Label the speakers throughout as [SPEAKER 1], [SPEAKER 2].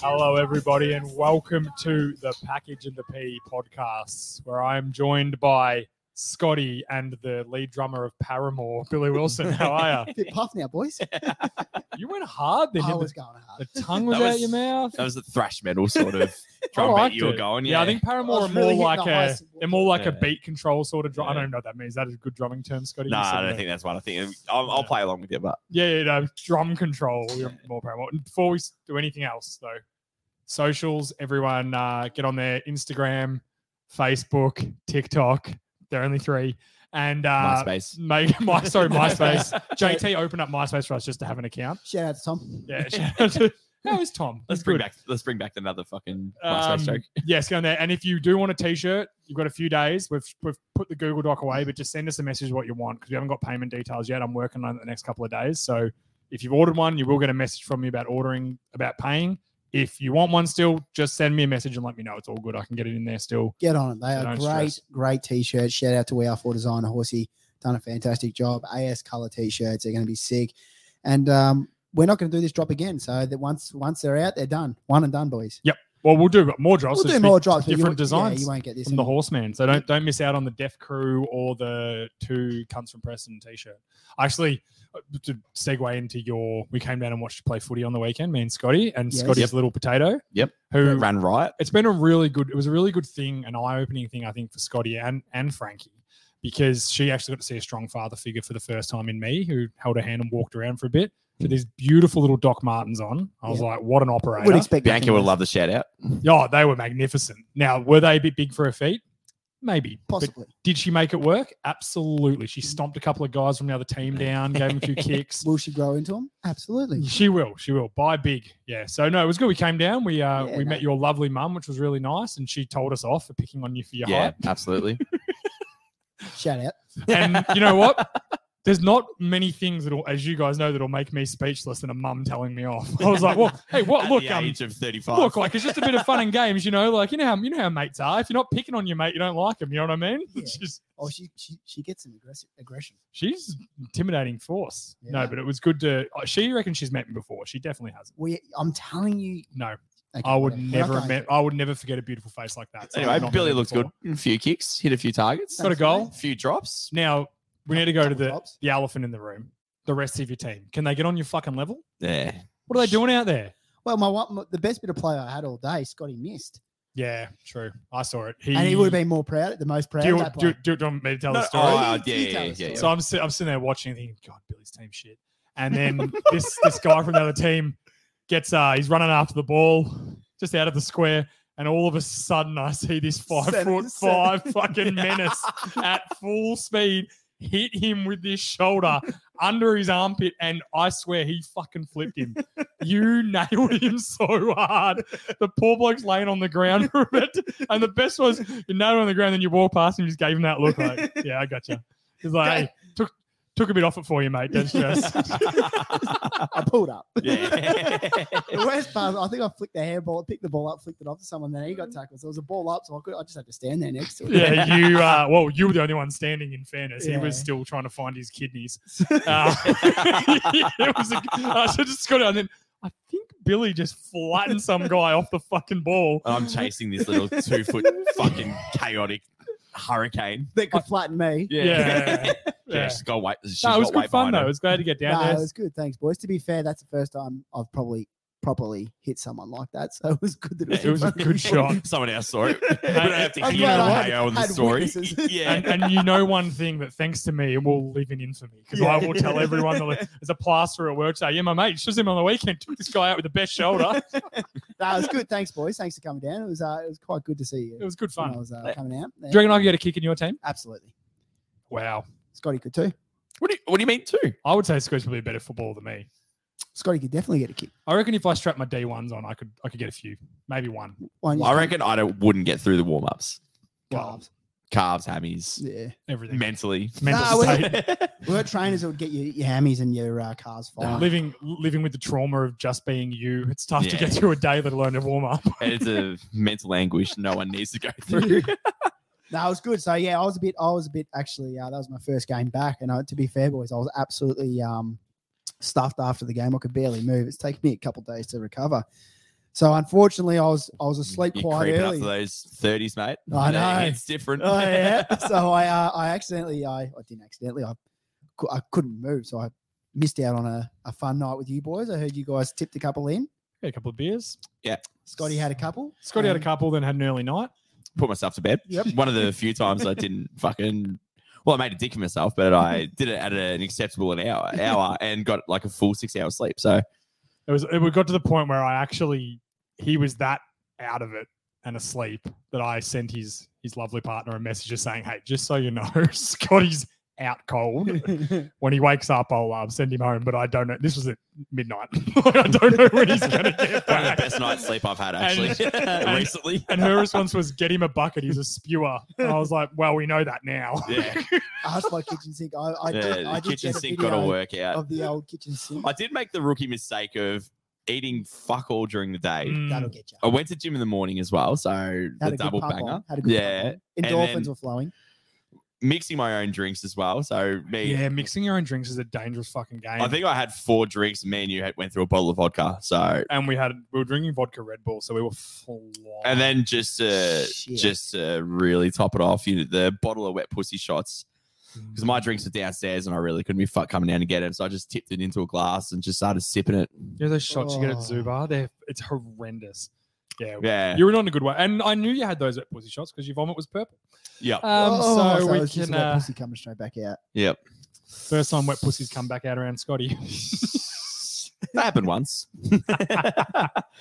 [SPEAKER 1] Hello, everybody, and welcome to the Package and the P podcasts, where I am joined by Scotty and the lead drummer of Paramore, Billy Wilson. How are you?
[SPEAKER 2] bit puffed now, boys.
[SPEAKER 1] You went hard there.
[SPEAKER 2] I
[SPEAKER 1] The-
[SPEAKER 2] was going hard.
[SPEAKER 1] the, tongue was,
[SPEAKER 3] That
[SPEAKER 1] out your
[SPEAKER 3] was-
[SPEAKER 1] mouth.
[SPEAKER 3] That was the thrash metal sort of
[SPEAKER 1] Oh, I
[SPEAKER 3] drum
[SPEAKER 1] liked
[SPEAKER 3] beat you were
[SPEAKER 1] it.
[SPEAKER 3] going.
[SPEAKER 1] yeah, I think Paramore
[SPEAKER 2] I was
[SPEAKER 1] are
[SPEAKER 2] really
[SPEAKER 1] more
[SPEAKER 2] hitting
[SPEAKER 1] like
[SPEAKER 2] the
[SPEAKER 1] a
[SPEAKER 2] highest-
[SPEAKER 1] they're more like a
[SPEAKER 3] Yeah.
[SPEAKER 1] beat control sort of drum. I
[SPEAKER 3] Yeah.
[SPEAKER 1] don't know what that means. That is a good drumming term, Scotty. You
[SPEAKER 3] Nah,
[SPEAKER 1] said
[SPEAKER 3] I
[SPEAKER 1] that.
[SPEAKER 3] don't think that's one. I think I'll, I'll
[SPEAKER 1] Yeah.
[SPEAKER 3] play along with you, but
[SPEAKER 1] Yeah, yeah, no, drum control. You're more Paramore. And Before we s- do anything else, though, socials, everyone uh, get on their Instagram, Facebook, TikTok. They're only three. And uh,
[SPEAKER 3] MySpace.
[SPEAKER 1] make my sorry, MySpace. JT opened up MySpace for us just to have an account.
[SPEAKER 2] Shout out to Tom.
[SPEAKER 1] Yeah. shout out to- How is Tom?
[SPEAKER 3] Let's
[SPEAKER 1] He's
[SPEAKER 3] bring
[SPEAKER 1] good.
[SPEAKER 3] back. Let's bring back another fucking MySpace
[SPEAKER 1] Um,
[SPEAKER 3] joke.
[SPEAKER 1] yes, go on there. And if you do want a T-shirt, you've got a few days. We've we've put the Google Doc away, but just send us a message what you want because we haven't got payment details yet. I'm working on it the next couple of days. So if you've ordered one, you will get a message from me about ordering, about paying. If you want one still, just send me a message and let me know. It's all good. I can get it in there still.
[SPEAKER 2] Get on it. They
[SPEAKER 1] So
[SPEAKER 2] are
[SPEAKER 1] don't
[SPEAKER 2] great,
[SPEAKER 1] stress.
[SPEAKER 2] great t-shirts. Shout out to We Are For Designer Horsey. Done a fantastic job. AS color t-shirts. They're going to be sick. And um, we're not going to do this drop again. So that once once they're out, they're done. One and done, boys.
[SPEAKER 1] Well, we'll do more drops.
[SPEAKER 2] We'll
[SPEAKER 1] It's
[SPEAKER 2] do
[SPEAKER 1] big-
[SPEAKER 2] more drops. but you
[SPEAKER 1] different
[SPEAKER 2] won't-
[SPEAKER 1] designs
[SPEAKER 2] Yeah, you won't get this.
[SPEAKER 1] from the
[SPEAKER 2] in-
[SPEAKER 1] horseman. So don't don't miss out on the Deaf Crew or the two cunts from Preston t-shirt. Actually, uh, to segue into your, we came down and watched you play footy on the weekend, me and Scotty, and
[SPEAKER 2] Yes.
[SPEAKER 1] Scotty's
[SPEAKER 3] Yep.
[SPEAKER 1] little potato.
[SPEAKER 3] Yep.
[SPEAKER 1] Who
[SPEAKER 3] Ran riot.
[SPEAKER 1] it's been a really good it was a really good thing an eye-opening thing i think for scotty and and frankie because she actually got to see a strong father figure for the first time in me who held her hand and walked around for a bit with
[SPEAKER 3] Hmm.
[SPEAKER 1] these beautiful little doc martens on i was
[SPEAKER 2] Yeah.
[SPEAKER 1] like what an
[SPEAKER 2] I
[SPEAKER 1] operator
[SPEAKER 2] would expect
[SPEAKER 3] Bianca
[SPEAKER 2] nothing
[SPEAKER 3] would
[SPEAKER 2] less.
[SPEAKER 3] love the shout out.
[SPEAKER 1] oh they were magnificent now were they a bit big for her feet maybe but
[SPEAKER 2] Possibly.
[SPEAKER 1] did she make it work absolutely she stomped a couple of guys from the other team down gave them a few kicks
[SPEAKER 2] Will she grow into them? Absolutely.
[SPEAKER 1] She will. She will. Buy big. Yeah. So no, it was good. We came down. We uh
[SPEAKER 2] Yeah,
[SPEAKER 1] we
[SPEAKER 2] no.
[SPEAKER 1] met your lovely mum, which was really nice, and she told us off for picking on you for your
[SPEAKER 3] yeah,
[SPEAKER 1] height.
[SPEAKER 3] absolutely.
[SPEAKER 2] Shout out.
[SPEAKER 1] And you know what? There's not many things that'll, as you guys know, that'll make me speechless than a mum telling me off. I was like, well, hey, what?
[SPEAKER 3] At
[SPEAKER 1] look,
[SPEAKER 3] the
[SPEAKER 1] um,
[SPEAKER 3] age of thirty-five.
[SPEAKER 1] look, like it's just a bit of fun and games, you know. Like you know how you know how mates are. If you're not picking on your mate, you don't like him. You know what I mean?
[SPEAKER 2] Yeah.
[SPEAKER 1] It's just-
[SPEAKER 2] Oh, she she, she gets some aggressive aggression.
[SPEAKER 1] she's intimidating force. No,
[SPEAKER 2] Yeah.
[SPEAKER 1] but it was good to. uh, She reckons she's met me before. She definitely hasn't.
[SPEAKER 2] We, I'm telling you,
[SPEAKER 1] No,
[SPEAKER 2] Okay,
[SPEAKER 1] I would
[SPEAKER 2] whatever. We're not
[SPEAKER 1] never
[SPEAKER 2] going
[SPEAKER 1] admit,
[SPEAKER 2] to.
[SPEAKER 1] I would never forget a beautiful face like that. So I've
[SPEAKER 3] anyway,
[SPEAKER 1] not met
[SPEAKER 3] Billy
[SPEAKER 1] her
[SPEAKER 3] looks
[SPEAKER 1] before.
[SPEAKER 3] good. A few kicks, hit a few targets,
[SPEAKER 1] Got a goal.
[SPEAKER 3] a few drops.
[SPEAKER 1] Now we need to go to
[SPEAKER 2] Couple
[SPEAKER 1] the
[SPEAKER 2] drops.
[SPEAKER 1] the elephant in the room. The rest of your team, can they get on your fucking level?
[SPEAKER 3] Yeah.
[SPEAKER 1] What are they doing out there?
[SPEAKER 2] Well, my, one- my the best bit of play I had all day, Scotty missed,
[SPEAKER 1] Yeah, true. I saw it. He,
[SPEAKER 2] and he would have been more proud, the most proud.
[SPEAKER 1] Do you,
[SPEAKER 2] of that
[SPEAKER 1] do,
[SPEAKER 2] play.
[SPEAKER 1] you- do, you- do you want me to tell the
[SPEAKER 3] No,
[SPEAKER 1] story?
[SPEAKER 3] oh, uh,
[SPEAKER 2] You
[SPEAKER 3] yeah,
[SPEAKER 2] tell
[SPEAKER 3] yeah,
[SPEAKER 2] us,
[SPEAKER 3] yeah,
[SPEAKER 2] Dylan.
[SPEAKER 3] yeah.
[SPEAKER 1] so I'm, sit- I'm sitting there watching, thinking, God, Billy's team shit. And then this this guy from the other team gets uh he's running after the ball just out of the square, and all of a sudden I see this five
[SPEAKER 2] Seven-
[SPEAKER 1] foot
[SPEAKER 2] seven.
[SPEAKER 1] five fucking menace at full speed hit him with this shoulder under his armpit, and I swear he fucking flipped him. you nailed him so hard. The poor bloke's laying on the ground for a bit, and the best was you nailed him on the ground, then you walk past him, just gave him that look like, yeah, I got you. He's like, hey, took took a bit off it for you, mate. Don't stress.
[SPEAKER 2] I pulled up.
[SPEAKER 3] Yeah.
[SPEAKER 2] The worst part, I think I flicked the handball, picked the ball up, flicked it off to someone, then he got tackled. So it was a ball up, so I could, I just had to stand there next to it.
[SPEAKER 1] yeah, you. Uh, well, you were the only one standing. In fairness, he was
[SPEAKER 2] Yeah.
[SPEAKER 1] still trying to find his kidneys. Uh, it was. A, I should just got it, and then I think Billy just flattened some guy off the fucking ball.
[SPEAKER 3] I'm chasing this little two foot fucking chaotic hurricane.
[SPEAKER 2] That could flatten me.
[SPEAKER 1] Yeah, yeah.
[SPEAKER 3] Yeah, she's got weight. She's
[SPEAKER 1] No, it was
[SPEAKER 3] got weight
[SPEAKER 1] good fun
[SPEAKER 3] behind
[SPEAKER 1] though.
[SPEAKER 3] her.
[SPEAKER 1] It was glad to get down
[SPEAKER 2] Nah,
[SPEAKER 1] there.
[SPEAKER 2] it was good. Thanks, boys. To be fair, that's the first time I've probably properly hit someone like that. So it was good that it
[SPEAKER 1] Yeah,
[SPEAKER 2] was,
[SPEAKER 1] it was a good shot.
[SPEAKER 3] Someone else saw it. We don't have to
[SPEAKER 1] I'm
[SPEAKER 3] hear
[SPEAKER 1] glad
[SPEAKER 3] the
[SPEAKER 1] I
[SPEAKER 3] mayo on the
[SPEAKER 2] had
[SPEAKER 3] story.
[SPEAKER 2] witnesses.
[SPEAKER 3] yeah.
[SPEAKER 1] And, and you know one thing that thanks to me it will live in infamy because I
[SPEAKER 2] Yeah.
[SPEAKER 1] will tell everyone that like, there's a plaster at work. Say, yeah, my mate, just him on the weekend took this guy out with the best shoulder.
[SPEAKER 2] That was good. Thanks, boys. Thanks for coming down. It was uh, it was quite good to see you.
[SPEAKER 1] It was good
[SPEAKER 2] When I
[SPEAKER 1] fun.
[SPEAKER 2] was uh, coming out.
[SPEAKER 1] Do you reckon I could get a kick in your team?
[SPEAKER 2] Absolutely.
[SPEAKER 1] Wow,
[SPEAKER 2] Scotty could too.
[SPEAKER 3] what, do you, what do you mean, too?
[SPEAKER 1] I would say Squid's probably a better footballer than me.
[SPEAKER 2] Scotty could definitely get a kick.
[SPEAKER 1] I reckon if I strapped my D ones on, I could I could get a few, maybe one.
[SPEAKER 2] One
[SPEAKER 3] I reckon I don't, wouldn't get through the warm ups,
[SPEAKER 1] Well,
[SPEAKER 2] Calves.
[SPEAKER 3] calves, hammies,
[SPEAKER 2] Yeah.
[SPEAKER 1] everything.
[SPEAKER 3] mentally.
[SPEAKER 1] Mental
[SPEAKER 2] Nah, I
[SPEAKER 1] state.
[SPEAKER 2] We were trainers that would get your, your hammies and your uh, cars fired.
[SPEAKER 1] living living with the trauma of just being you. It's tough to
[SPEAKER 3] Yeah.
[SPEAKER 1] get through a day, let alone a warm up.
[SPEAKER 3] It's a mental anguish no one needs to go through.
[SPEAKER 2] No, it was good. So yeah, I was a bit, I was a bit actually. Uh, that was my first game back, and I, to be fair, boys, I was absolutely um, stuffed after the game. I could barely move. It's taken me a couple days to recover. So unfortunately, I was I was asleep
[SPEAKER 3] You're
[SPEAKER 2] quite
[SPEAKER 3] creeping
[SPEAKER 2] early.
[SPEAKER 3] up to those 30s, mate.
[SPEAKER 2] I
[SPEAKER 3] You
[SPEAKER 2] know.
[SPEAKER 3] It's different.
[SPEAKER 2] oh yeah. So I uh, I accidentally I, I didn't accidentally I cou- I couldn't move, so I missed out on a, a fun night with you boys. I heard you guys tipped a couple in.
[SPEAKER 1] Had a couple of beers.
[SPEAKER 2] Scotty had a couple.
[SPEAKER 1] Scotty had a
[SPEAKER 2] Um,
[SPEAKER 1] couple, then had an early night.
[SPEAKER 3] Put myself to bed.
[SPEAKER 2] Yep.
[SPEAKER 3] One of the few times I didn't fucking. Well, I made a dick of myself, but I did it at an acceptable an hour, hour, and got like a full six hours sleep. So
[SPEAKER 1] It was. It got to the point where I actually he was that out of it and asleep that I sent his his lovely partner a message just saying, "Hey, just so you know, Scotty's out cold.
[SPEAKER 2] Um,
[SPEAKER 1] When he wakes up, I'll uh, send him home. But I don't know. This was at midnight. Like, I don't know when he's gonna get
[SPEAKER 3] one of the
[SPEAKER 1] back."
[SPEAKER 3] best night's sleep I've had
[SPEAKER 1] And-
[SPEAKER 3] actually
[SPEAKER 1] and-
[SPEAKER 3] recently.
[SPEAKER 1] And her response was, "Get him a bucket. He's a spewer." And I was like, "Well, we know that now."
[SPEAKER 3] Yeah,
[SPEAKER 2] I asked my kitchen sink. I, I
[SPEAKER 3] yeah,
[SPEAKER 2] did, I
[SPEAKER 3] the
[SPEAKER 2] did
[SPEAKER 3] kitchen
[SPEAKER 2] get a
[SPEAKER 3] sink
[SPEAKER 2] video
[SPEAKER 3] got to work out.
[SPEAKER 2] of the old kitchen sink.
[SPEAKER 3] I did make the rookie mistake of eating fuck all during the day.
[SPEAKER 1] Mm.
[SPEAKER 2] That'll get you.
[SPEAKER 3] I went to gym in the morning as well, so
[SPEAKER 2] Had
[SPEAKER 3] the
[SPEAKER 2] a
[SPEAKER 3] double
[SPEAKER 2] good pump
[SPEAKER 3] banger.
[SPEAKER 2] On. Had a good
[SPEAKER 3] yeah,
[SPEAKER 2] pump on.
[SPEAKER 3] and
[SPEAKER 2] Endorphins
[SPEAKER 3] then-
[SPEAKER 2] were
[SPEAKER 1] Um,
[SPEAKER 2] flowing.
[SPEAKER 3] mixing my own drinks as well. So me,
[SPEAKER 1] Yeah, mixing your own drinks is a dangerous fucking game.
[SPEAKER 3] I think I had four drinks. Me and you had, went through a bottle of vodka. So
[SPEAKER 1] and we had we were drinking vodka Red Bull, so we were flying.
[SPEAKER 3] and then just to
[SPEAKER 2] Shit.
[SPEAKER 3] just to really top it off, you know, the bottle of wet pussy shots
[SPEAKER 1] Mm.
[SPEAKER 3] because my drinks were downstairs and I really couldn't be fucked coming down to get them. So I just tipped it into a glass and just started sipping it.
[SPEAKER 1] you know those shots you get at
[SPEAKER 2] Oh.
[SPEAKER 1] Zubar, they it's horrendous. Yeah,
[SPEAKER 3] Yeah,
[SPEAKER 1] you were not in a good way, and I knew you had those wet pussy shots because your vomit was purple.
[SPEAKER 3] yeah,
[SPEAKER 1] Um,
[SPEAKER 2] Oh,
[SPEAKER 1] so,
[SPEAKER 2] it
[SPEAKER 1] we
[SPEAKER 2] was just
[SPEAKER 1] can
[SPEAKER 2] a wet
[SPEAKER 1] uh,
[SPEAKER 2] pussy coming straight back out.
[SPEAKER 3] yeah.
[SPEAKER 1] first time wet pussies come back out around Scotty.
[SPEAKER 3] That happened once.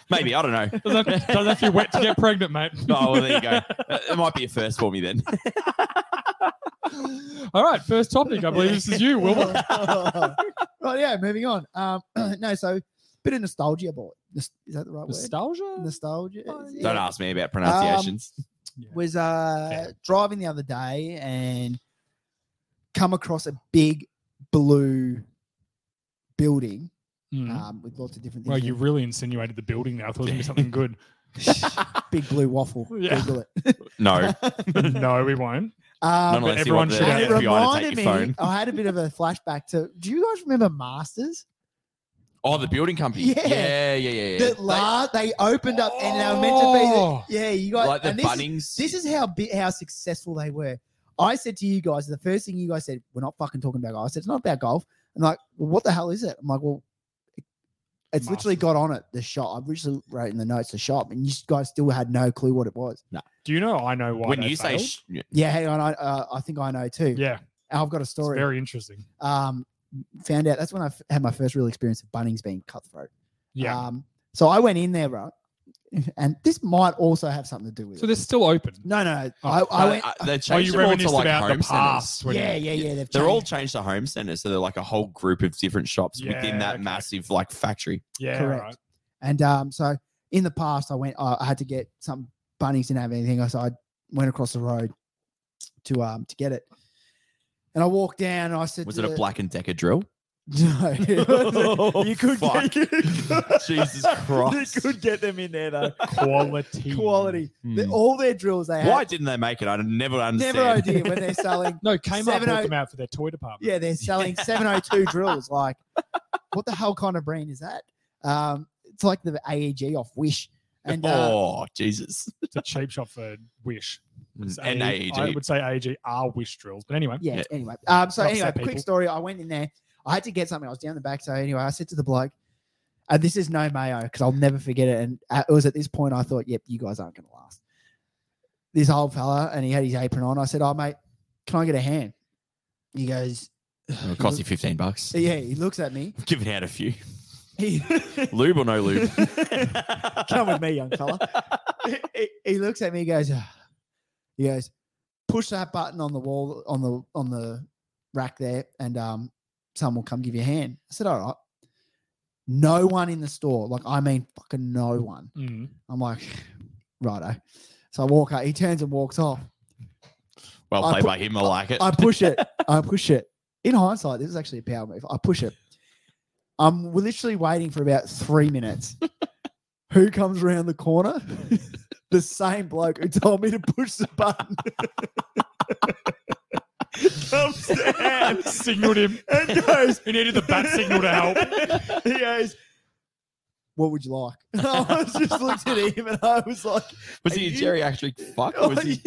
[SPEAKER 3] Maybe I don't know.
[SPEAKER 1] doesn't, have, doesn't have to be wet to get pregnant, mate.
[SPEAKER 3] Oh, well, there you go. Uh, It might be a first for me then.
[SPEAKER 1] All right, first topic. I believe this is you, Wilbur.
[SPEAKER 2] right, yeah, moving on. Um, no, so bit of nostalgia, boy. Nos- is that the right word?
[SPEAKER 1] Nostalgia.
[SPEAKER 2] Nostalgia.
[SPEAKER 1] Oh,
[SPEAKER 2] yeah.
[SPEAKER 3] Don't ask me about pronunciations.
[SPEAKER 2] Um, Was uh,
[SPEAKER 1] Yeah.
[SPEAKER 2] driving the other day and come across a big blue building
[SPEAKER 1] Mm.
[SPEAKER 2] um, with lots of different things.
[SPEAKER 1] Well,
[SPEAKER 2] in
[SPEAKER 1] you
[SPEAKER 2] it.
[SPEAKER 1] really insinuated the building there. I thought it was gonna be something good.
[SPEAKER 2] big blue waffle.
[SPEAKER 1] Yeah.
[SPEAKER 2] Google um,
[SPEAKER 3] no.
[SPEAKER 2] it.
[SPEAKER 1] no, we won't.
[SPEAKER 2] um,
[SPEAKER 3] Nonetheless,
[SPEAKER 1] everyone
[SPEAKER 3] you
[SPEAKER 1] should
[SPEAKER 3] want
[SPEAKER 2] and
[SPEAKER 1] have
[SPEAKER 3] the
[SPEAKER 2] it
[SPEAKER 1] Yeah,
[SPEAKER 3] FBI to
[SPEAKER 2] reminded
[SPEAKER 3] take
[SPEAKER 2] me.
[SPEAKER 3] your phone.
[SPEAKER 2] I had a bit of a flashback to. Do you guys remember Masters?
[SPEAKER 3] Oh, the building company.
[SPEAKER 2] Yeah.
[SPEAKER 3] yeah, yeah, yeah. yeah.
[SPEAKER 2] That
[SPEAKER 3] They-
[SPEAKER 2] la- they opened up and they were meant to
[SPEAKER 1] Oh.
[SPEAKER 2] be. Yeah, you guys.
[SPEAKER 3] like the
[SPEAKER 2] and this, is,
[SPEAKER 3] Bunnings.
[SPEAKER 2] this is how bi- how successful they were. I said to you guys, the first thing you guys said, we're not fucking talking about golf. I said, it's not about golf. I'm like, well, what the hell is it? I'm like, well, it- it's literally
[SPEAKER 1] Masters.
[SPEAKER 2] got on it, the shop. I originally wrote in the notes the shop, and you guys still had no clue what it was.
[SPEAKER 1] Do you know? I know why.
[SPEAKER 3] when
[SPEAKER 1] they
[SPEAKER 3] you say,
[SPEAKER 1] failed?
[SPEAKER 3] sh- yeah,
[SPEAKER 2] Yeah, hang on. I, uh, I think I know too.
[SPEAKER 1] yeah,
[SPEAKER 2] I've got a
[SPEAKER 1] it's
[SPEAKER 2] story.
[SPEAKER 1] very interesting.
[SPEAKER 2] um, found out that's when I f- had my first real experience of Bunnings being cutthroat.
[SPEAKER 1] Yeah.
[SPEAKER 2] Um, so I went in there, right? And this might also have something to do with
[SPEAKER 1] so
[SPEAKER 2] it.
[SPEAKER 1] they're still open.
[SPEAKER 2] No, no, no.
[SPEAKER 1] Oh,
[SPEAKER 2] I, I
[SPEAKER 3] uh,
[SPEAKER 2] went. oh,
[SPEAKER 3] uh, they changed
[SPEAKER 1] Are you
[SPEAKER 3] them all to
[SPEAKER 1] reminiscent
[SPEAKER 3] like
[SPEAKER 1] about
[SPEAKER 3] home
[SPEAKER 1] the
[SPEAKER 3] centers.
[SPEAKER 1] past? when you-
[SPEAKER 2] yeah, yeah, yeah. They've
[SPEAKER 3] They're all
[SPEAKER 2] changed.
[SPEAKER 3] changed to home centers, so they're like a whole group of different shops
[SPEAKER 1] Yeah,
[SPEAKER 3] within that
[SPEAKER 1] okay.
[SPEAKER 3] massive like factory.
[SPEAKER 1] yeah,
[SPEAKER 2] correct.
[SPEAKER 1] right.
[SPEAKER 2] And um, so in the past, I went. I I had to get some Bunnings didn't have anything, so I went across the road to um to get it. And I walked down, and I said,
[SPEAKER 3] Was
[SPEAKER 2] to
[SPEAKER 3] it a
[SPEAKER 2] the-
[SPEAKER 3] Black and Decker drill?
[SPEAKER 2] No, it wasn't. you could
[SPEAKER 3] Fuck.
[SPEAKER 2] get, you could-
[SPEAKER 3] Jesus Christ.
[SPEAKER 2] you could get them in there though.
[SPEAKER 1] Quality.
[SPEAKER 2] Quality. The-
[SPEAKER 3] Hmm.
[SPEAKER 2] all their drills they had.
[SPEAKER 3] Why didn't they make it? I never understand.
[SPEAKER 2] Never idea when they're selling.
[SPEAKER 1] No, Kmart bought
[SPEAKER 2] 7-0
[SPEAKER 1] them out for their toy department.
[SPEAKER 2] oh- Yeah, they're selling 702 drills. Like, what the hell kind of brand is that? Um, it's like the AEG off Wish. And uh,
[SPEAKER 3] oh Jesus! E
[SPEAKER 1] It's a cheap shop for Wish. It's
[SPEAKER 3] Mm, And
[SPEAKER 1] AEG.
[SPEAKER 3] AEG.
[SPEAKER 1] I would say AEG are Wish drills. But anyway,
[SPEAKER 2] yeah,
[SPEAKER 3] yeah.
[SPEAKER 2] anyway. Um, so,
[SPEAKER 1] Upset
[SPEAKER 2] anyway, quick
[SPEAKER 1] people.
[SPEAKER 2] story. I went in there. I had to get something. I was down the back. So, anyway, I said to the bloke, uh, this is no mayo because I'll never forget it. And uh, it was at this point I thought, yep, you guys aren't going to last. This old fella, and he had his apron on. I said, oh, mate, can I get a hand? He goes,
[SPEAKER 3] It'll cost you fifteen bucks.
[SPEAKER 2] yeah, he looks at me.
[SPEAKER 3] Giving out a few.
[SPEAKER 2] He,
[SPEAKER 3] Lube or no lube?
[SPEAKER 2] Come with me, young fella. He- he, he looks at me. He goes, "Ah." he goes, push that button on the wall on the on the rack there, and um, someone will come give you a hand. I said, all right. No one in the store. Like I mean, fucking no one.
[SPEAKER 1] Mm.
[SPEAKER 2] I'm like, righto. So I walk out. He turns and walks off.
[SPEAKER 3] Well
[SPEAKER 2] I
[SPEAKER 3] played
[SPEAKER 2] put-
[SPEAKER 3] by him. I like it.
[SPEAKER 2] I push it. I push it. In hindsight, this is actually a power move. I push it. I'm literally waiting for about three minutes. who comes around the corner? the same bloke who told me to push the button. comes down
[SPEAKER 1] Signaled him.
[SPEAKER 2] and goes,
[SPEAKER 1] He needed the bat signal to help.
[SPEAKER 2] He goes, what would you like? And I was just looked at him and I was like,
[SPEAKER 3] Was he a
[SPEAKER 2] You-
[SPEAKER 3] geriatric fuck or was he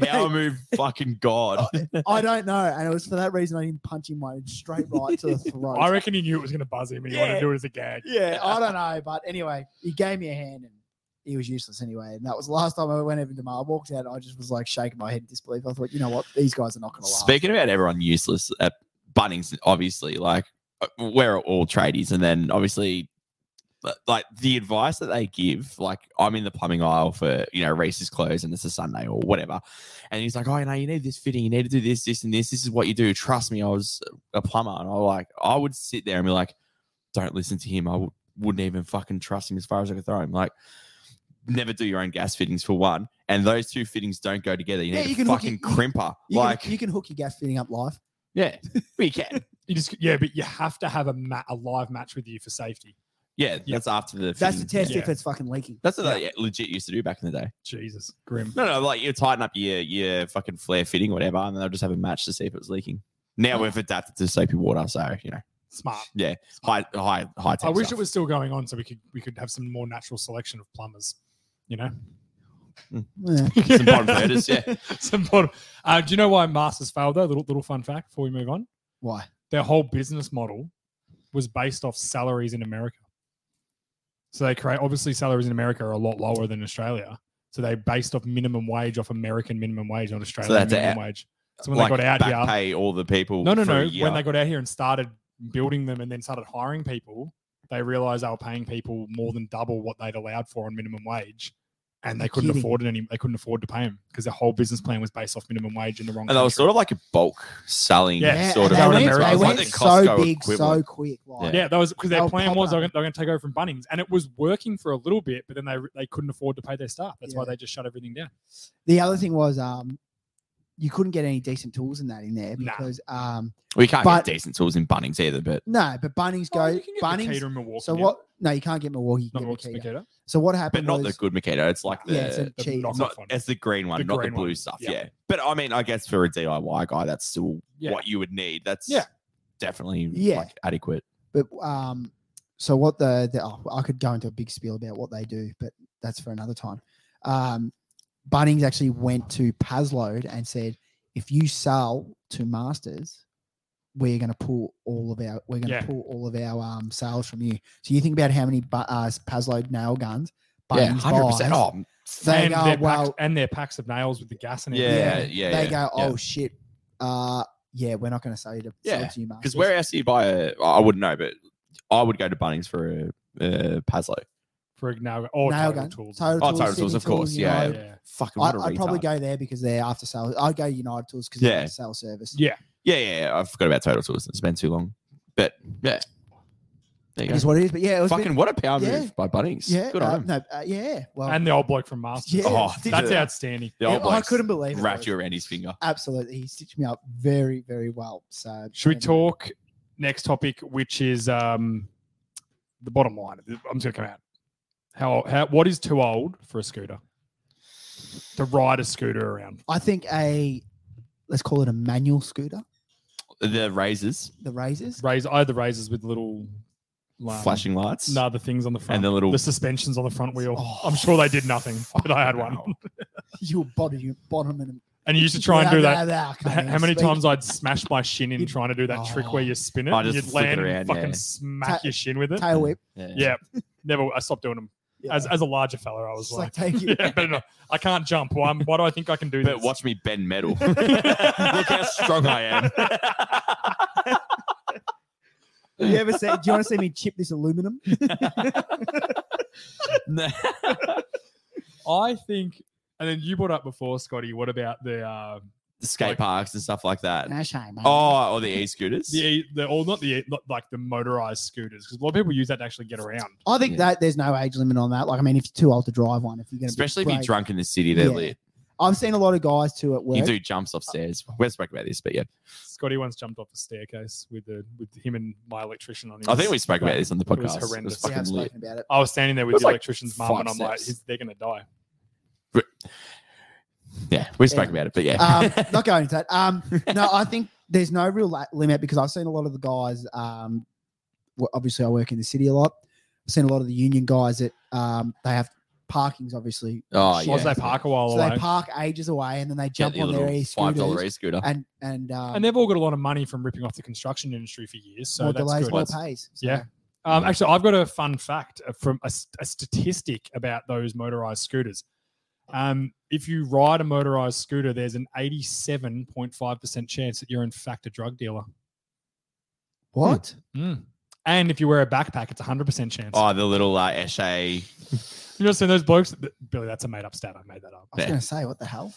[SPEAKER 3] power move fucking god?
[SPEAKER 2] I don't know. And it was for that reason I didn't punch him like straight right to the throat.
[SPEAKER 1] I reckon he knew it was going to buzz him and he wanted
[SPEAKER 2] Yeah.
[SPEAKER 1] to do it as a gag.
[SPEAKER 2] yeah, I don't know. But anyway, he gave me a hand and he was useless anyway. And that was the last time I went over to Mar. I walked out and I just was like shaking my head in disbelief. I thought, you know what? These guys are not going to last.
[SPEAKER 3] Speaking about everyone useless at Bunnings, obviously, like uh, we're all tradies, and then obviously, li- like the advice that they give, like I'm in the plumbing aisle for you know Reese's clothes, and it's a Sunday or whatever, and he's like, oh, you know, you need this fitting, you need to do this, this, and this. This is what you do. Trust me, I was a plumber, and I like I would sit there and be like, don't listen to him. I w- wouldn't even fucking trust him as far as I could throw him. Like. Never do your own gas fittings for one, and those two fittings don't go together. You
[SPEAKER 2] Yeah,
[SPEAKER 3] need
[SPEAKER 2] you
[SPEAKER 3] a
[SPEAKER 2] can hook
[SPEAKER 3] fucking
[SPEAKER 2] it-
[SPEAKER 3] crimper.
[SPEAKER 2] You
[SPEAKER 3] like
[SPEAKER 2] can, you can hook your gas fitting up live.
[SPEAKER 3] yeah, we can.
[SPEAKER 1] You just yeah, but you have to have a ma- a live match with you for safety.
[SPEAKER 3] Yeah, that's after the.
[SPEAKER 2] That's
[SPEAKER 3] fitting.
[SPEAKER 2] the test
[SPEAKER 1] Yeah.
[SPEAKER 2] if it's fucking leaking.
[SPEAKER 3] That's what they legit used to do back in the day.
[SPEAKER 1] Jesus, grim.
[SPEAKER 3] No, no, like you tighten up your your fucking flare fitting, whatever, and then they'll just have a match to see if it was leaking. Now we've adapted to soapy water, so you know,
[SPEAKER 2] Ah.
[SPEAKER 1] Smart.
[SPEAKER 3] yeah, high, high, high tech.
[SPEAKER 1] I wish
[SPEAKER 3] stuff.
[SPEAKER 1] it was still going on so we could we could have some more natural selection of plumbers. You know,
[SPEAKER 2] Yeah.
[SPEAKER 3] some bottom feeders, yeah.
[SPEAKER 1] Some bottom- Uh, do you know why Masters failed though? Little little fun fact before we move on.
[SPEAKER 2] Why?
[SPEAKER 1] Their whole business model was based off salaries in America. So they create obviously salaries in America are a lot lower than Australia. So they based off minimum wage off American minimum wage, not Australian
[SPEAKER 3] that's
[SPEAKER 1] minimum
[SPEAKER 3] out-
[SPEAKER 1] wage. So when they got out
[SPEAKER 3] back
[SPEAKER 1] here,
[SPEAKER 3] pay all the people.
[SPEAKER 1] No, no,
[SPEAKER 3] for a
[SPEAKER 1] no.
[SPEAKER 3] year.
[SPEAKER 1] When they got out here and started building them and then started hiring people, they realized they were paying people more than double what they'd allowed for on minimum wage. And they couldn't
[SPEAKER 2] Kidding.
[SPEAKER 1] afford it any. They couldn't afford to pay them because their whole business plan was based off minimum wage in the wrong.
[SPEAKER 3] and they were sort of like a bulk selling
[SPEAKER 1] Yeah,
[SPEAKER 2] Yeah,
[SPEAKER 3] sort
[SPEAKER 2] and
[SPEAKER 3] of.
[SPEAKER 1] that
[SPEAKER 2] they
[SPEAKER 1] in
[SPEAKER 2] went,
[SPEAKER 1] America.
[SPEAKER 2] they
[SPEAKER 1] It's like
[SPEAKER 2] went
[SPEAKER 1] the
[SPEAKER 2] so
[SPEAKER 3] Costco
[SPEAKER 2] big, so
[SPEAKER 3] equivalent.
[SPEAKER 2] quick. Like,
[SPEAKER 1] yeah, that was because their
[SPEAKER 2] They'll
[SPEAKER 1] plan
[SPEAKER 2] pop
[SPEAKER 1] was they're
[SPEAKER 2] up.
[SPEAKER 1] going, they're going to take over from Bunnings, and it was working for a little bit, but then they they couldn't afford to pay their staff. That's why
[SPEAKER 2] Yeah.
[SPEAKER 1] they just shut everything down.
[SPEAKER 2] The other thing was, um, you couldn't get any decent tools in that in there
[SPEAKER 1] Nah.
[SPEAKER 2] because, um,
[SPEAKER 3] We can't
[SPEAKER 2] But-
[SPEAKER 3] get decent tools in Bunnings either, but
[SPEAKER 2] no, but Bunnings go
[SPEAKER 1] Oh, you can get
[SPEAKER 2] Bunnings.
[SPEAKER 1] Makita in Milwaukee.
[SPEAKER 2] So
[SPEAKER 1] yeah.
[SPEAKER 2] what? No, you can't get Milwaukee. You
[SPEAKER 1] Not
[SPEAKER 2] can get
[SPEAKER 1] Milwaukee,
[SPEAKER 2] Makita.
[SPEAKER 1] Makita.
[SPEAKER 2] So what happened
[SPEAKER 3] but not the
[SPEAKER 2] was,
[SPEAKER 3] good Mikado. It's like the
[SPEAKER 2] yeah, it's a
[SPEAKER 1] the
[SPEAKER 2] cheese.
[SPEAKER 1] knock-
[SPEAKER 3] not,
[SPEAKER 1] Knockoff one.
[SPEAKER 3] it's the green one,
[SPEAKER 1] The
[SPEAKER 3] not
[SPEAKER 1] green
[SPEAKER 3] the blue
[SPEAKER 1] one.
[SPEAKER 3] stuff.
[SPEAKER 1] Yeah.
[SPEAKER 3] Yeah. But I mean, I guess for a DIY guy, that's still
[SPEAKER 1] Yeah.
[SPEAKER 3] what you would need. That's
[SPEAKER 1] Yeah.
[SPEAKER 3] definitely
[SPEAKER 2] Yeah.
[SPEAKER 3] like adequate.
[SPEAKER 2] but um, so what the, the oh, I could go into a big spiel about what they do, but that's for another time. Um, Bunnings actually went to Pazload and said, if you sell to Masters, we're going to pull all of our we're going to
[SPEAKER 1] Yeah.
[SPEAKER 2] pull all of our um sales from you. So you think about how many bu- uh, Pazload nail guns.
[SPEAKER 3] yeah,
[SPEAKER 2] Bunnings
[SPEAKER 3] hundred percent.
[SPEAKER 2] buys.
[SPEAKER 3] Oh,
[SPEAKER 2] They
[SPEAKER 1] and,
[SPEAKER 2] go,
[SPEAKER 1] their packs,
[SPEAKER 2] "Well,
[SPEAKER 1] and their packs of nails with the gas and everything.
[SPEAKER 3] yeah, yeah, yeah.
[SPEAKER 2] they go,
[SPEAKER 3] yeah.
[SPEAKER 2] oh shit, uh, yeah, we're not going to sell you to sell
[SPEAKER 3] Yeah,
[SPEAKER 2] it to you, Masters.
[SPEAKER 3] because where else do you buy a? I wouldn't know, but I would go to Bunnings for a, a Paslo.
[SPEAKER 1] for nail, or
[SPEAKER 2] nail
[SPEAKER 1] total
[SPEAKER 2] gun,
[SPEAKER 1] tools.
[SPEAKER 2] Total
[SPEAKER 3] Oh, Total
[SPEAKER 2] Sydney
[SPEAKER 3] Tools, of course,
[SPEAKER 2] you
[SPEAKER 3] yeah.
[SPEAKER 2] know.
[SPEAKER 1] yeah.
[SPEAKER 3] Fucking
[SPEAKER 2] I,
[SPEAKER 3] what a
[SPEAKER 2] I'd probably
[SPEAKER 3] retard.
[SPEAKER 2] go there because they're after sales. I'd go United Tools because
[SPEAKER 3] Yeah.
[SPEAKER 2] they're after sales service.
[SPEAKER 1] Yeah.
[SPEAKER 3] Yeah, yeah, yeah. I forgot about Total Tools. It's been too long, but yeah, there you
[SPEAKER 2] It is
[SPEAKER 3] go.
[SPEAKER 2] what it is. But yeah, it was a
[SPEAKER 3] Fucking
[SPEAKER 2] bit,
[SPEAKER 3] what a power
[SPEAKER 2] yeah.
[SPEAKER 3] move by Bunnings.
[SPEAKER 2] yeah,
[SPEAKER 3] good
[SPEAKER 2] uh,
[SPEAKER 3] on them.
[SPEAKER 2] no, uh, yeah. Well,
[SPEAKER 1] and the old bloke from Masters.
[SPEAKER 2] yeah,
[SPEAKER 3] Oh,
[SPEAKER 2] stitched
[SPEAKER 1] That's
[SPEAKER 2] me up.
[SPEAKER 1] outstanding.
[SPEAKER 3] The
[SPEAKER 2] Yeah,
[SPEAKER 3] old
[SPEAKER 2] I
[SPEAKER 3] blokes
[SPEAKER 2] couldn't believe it.
[SPEAKER 3] wrapped
[SPEAKER 2] was-
[SPEAKER 3] you around his finger.
[SPEAKER 2] Absolutely, he stitched me up very, very well. So Um,
[SPEAKER 1] Should we
[SPEAKER 2] and-
[SPEAKER 1] talk next topic, which is um, the bottom line? I'm just gonna come out. How, how what is too old for a scooter? To ride a scooter around.
[SPEAKER 2] I think a let's call it a manual scooter,
[SPEAKER 3] The razors,
[SPEAKER 2] the razors.
[SPEAKER 1] Raise I had the razors with little um,
[SPEAKER 3] flashing lights.
[SPEAKER 1] No, the things on the front.
[SPEAKER 3] And the little-
[SPEAKER 1] the suspensions on the front wheel.
[SPEAKER 2] Oh,
[SPEAKER 1] I'm sure they did nothing, but I had one.
[SPEAKER 3] Wow.
[SPEAKER 2] Your body, your bottom, and
[SPEAKER 1] And you used to try and do that.
[SPEAKER 2] Nah, nah, I can't
[SPEAKER 1] How
[SPEAKER 2] even
[SPEAKER 1] how many
[SPEAKER 2] speak.
[SPEAKER 1] times I'd smash my shin in
[SPEAKER 2] You'd-
[SPEAKER 1] trying to do that trick where
[SPEAKER 2] Oh.
[SPEAKER 1] you spin it,
[SPEAKER 3] I
[SPEAKER 1] and
[SPEAKER 3] just
[SPEAKER 1] you'd
[SPEAKER 3] flick it
[SPEAKER 1] land and
[SPEAKER 3] around,
[SPEAKER 1] fucking
[SPEAKER 3] yeah.
[SPEAKER 1] smack
[SPEAKER 2] Ta-
[SPEAKER 1] your shin with it.
[SPEAKER 2] tail whip?
[SPEAKER 1] Yeah, never. I stopped doing them.
[SPEAKER 2] Yeah.
[SPEAKER 1] As, as a larger fella, I was
[SPEAKER 2] It's
[SPEAKER 1] like,
[SPEAKER 2] like, take it.
[SPEAKER 1] yeah, but no, I can't jump. Why, why do I think I can do
[SPEAKER 3] But
[SPEAKER 1] this?
[SPEAKER 3] watch me bend metal. Look how strong I am.
[SPEAKER 2] you ever say? Do you want to see me chip this aluminum?
[SPEAKER 1] I think, and then you brought up before, Scotty. What about the uh,
[SPEAKER 3] The skate
[SPEAKER 1] Like-
[SPEAKER 3] parks and stuff like that.
[SPEAKER 2] No shame. mate.
[SPEAKER 3] Oh, or the e-scooters.
[SPEAKER 1] the e- the or not the e- not like the motorized scooters? Because a lot of people use that to actually get around.
[SPEAKER 2] I think
[SPEAKER 3] Yeah.
[SPEAKER 2] that there's no age limit on that. Like, I mean, if you're too old to drive one, if you're going to,
[SPEAKER 3] Especially if you're drunk in the city, they're
[SPEAKER 2] Yeah.
[SPEAKER 3] lit.
[SPEAKER 2] I've seen a lot of guys too at work.
[SPEAKER 3] You do jumps off stairs. We've spoken about this, but yeah,
[SPEAKER 1] Scotty once jumped off a staircase with the with him and my electrician on. His,
[SPEAKER 3] I think we spoke about this on the
[SPEAKER 1] It was
[SPEAKER 3] podcast. It was,
[SPEAKER 1] horrendous.
[SPEAKER 2] See, I've
[SPEAKER 3] fucking lit.
[SPEAKER 2] spoken about it.
[SPEAKER 1] I was standing there
[SPEAKER 3] It
[SPEAKER 1] with
[SPEAKER 3] was
[SPEAKER 1] the
[SPEAKER 3] like
[SPEAKER 1] electrician's mum, and I'm
[SPEAKER 3] five
[SPEAKER 1] like,
[SPEAKER 3] steps.
[SPEAKER 1] "He's- they're gonna die.
[SPEAKER 3] Yeah, we spoke
[SPEAKER 2] Yeah.
[SPEAKER 3] about it, but yeah,
[SPEAKER 2] Um, not going into that. Um, no, I think there's no real la- limit because I've seen a lot of the guys. Um, w- obviously, I work in the city a lot. seen a lot of the union guys that um, they have parkings, obviously.
[SPEAKER 3] Oh,
[SPEAKER 1] Once
[SPEAKER 3] yeah.
[SPEAKER 1] they park a while
[SPEAKER 2] So
[SPEAKER 1] away.
[SPEAKER 2] they park ages away and then they
[SPEAKER 3] Get
[SPEAKER 2] jump
[SPEAKER 3] the
[SPEAKER 2] on their
[SPEAKER 3] little
[SPEAKER 2] e
[SPEAKER 3] five dollar
[SPEAKER 2] scooters.
[SPEAKER 3] e scooter.
[SPEAKER 2] And and um,
[SPEAKER 1] and they've all got a lot of money from ripping off the construction industry for years. So
[SPEAKER 2] more
[SPEAKER 1] that's
[SPEAKER 2] delays,
[SPEAKER 1] good.
[SPEAKER 2] more pays. So,
[SPEAKER 1] Yeah. Um, actually, I've got a fun fact uh, from a, s- a statistic about those motorized scooters. Um, if you ride a motorized scooter, there's an 87.5% chance that you're, in fact, a drug dealer.
[SPEAKER 2] What?
[SPEAKER 1] And if you wear a backpack, it's 100% chance.
[SPEAKER 3] Mm. Oh, the little uh, Eshe.
[SPEAKER 1] You know, so those blokes, th- Billy, that's a made up stat. I made that up.
[SPEAKER 2] I was
[SPEAKER 3] Yeah.
[SPEAKER 2] going to say, what the hell?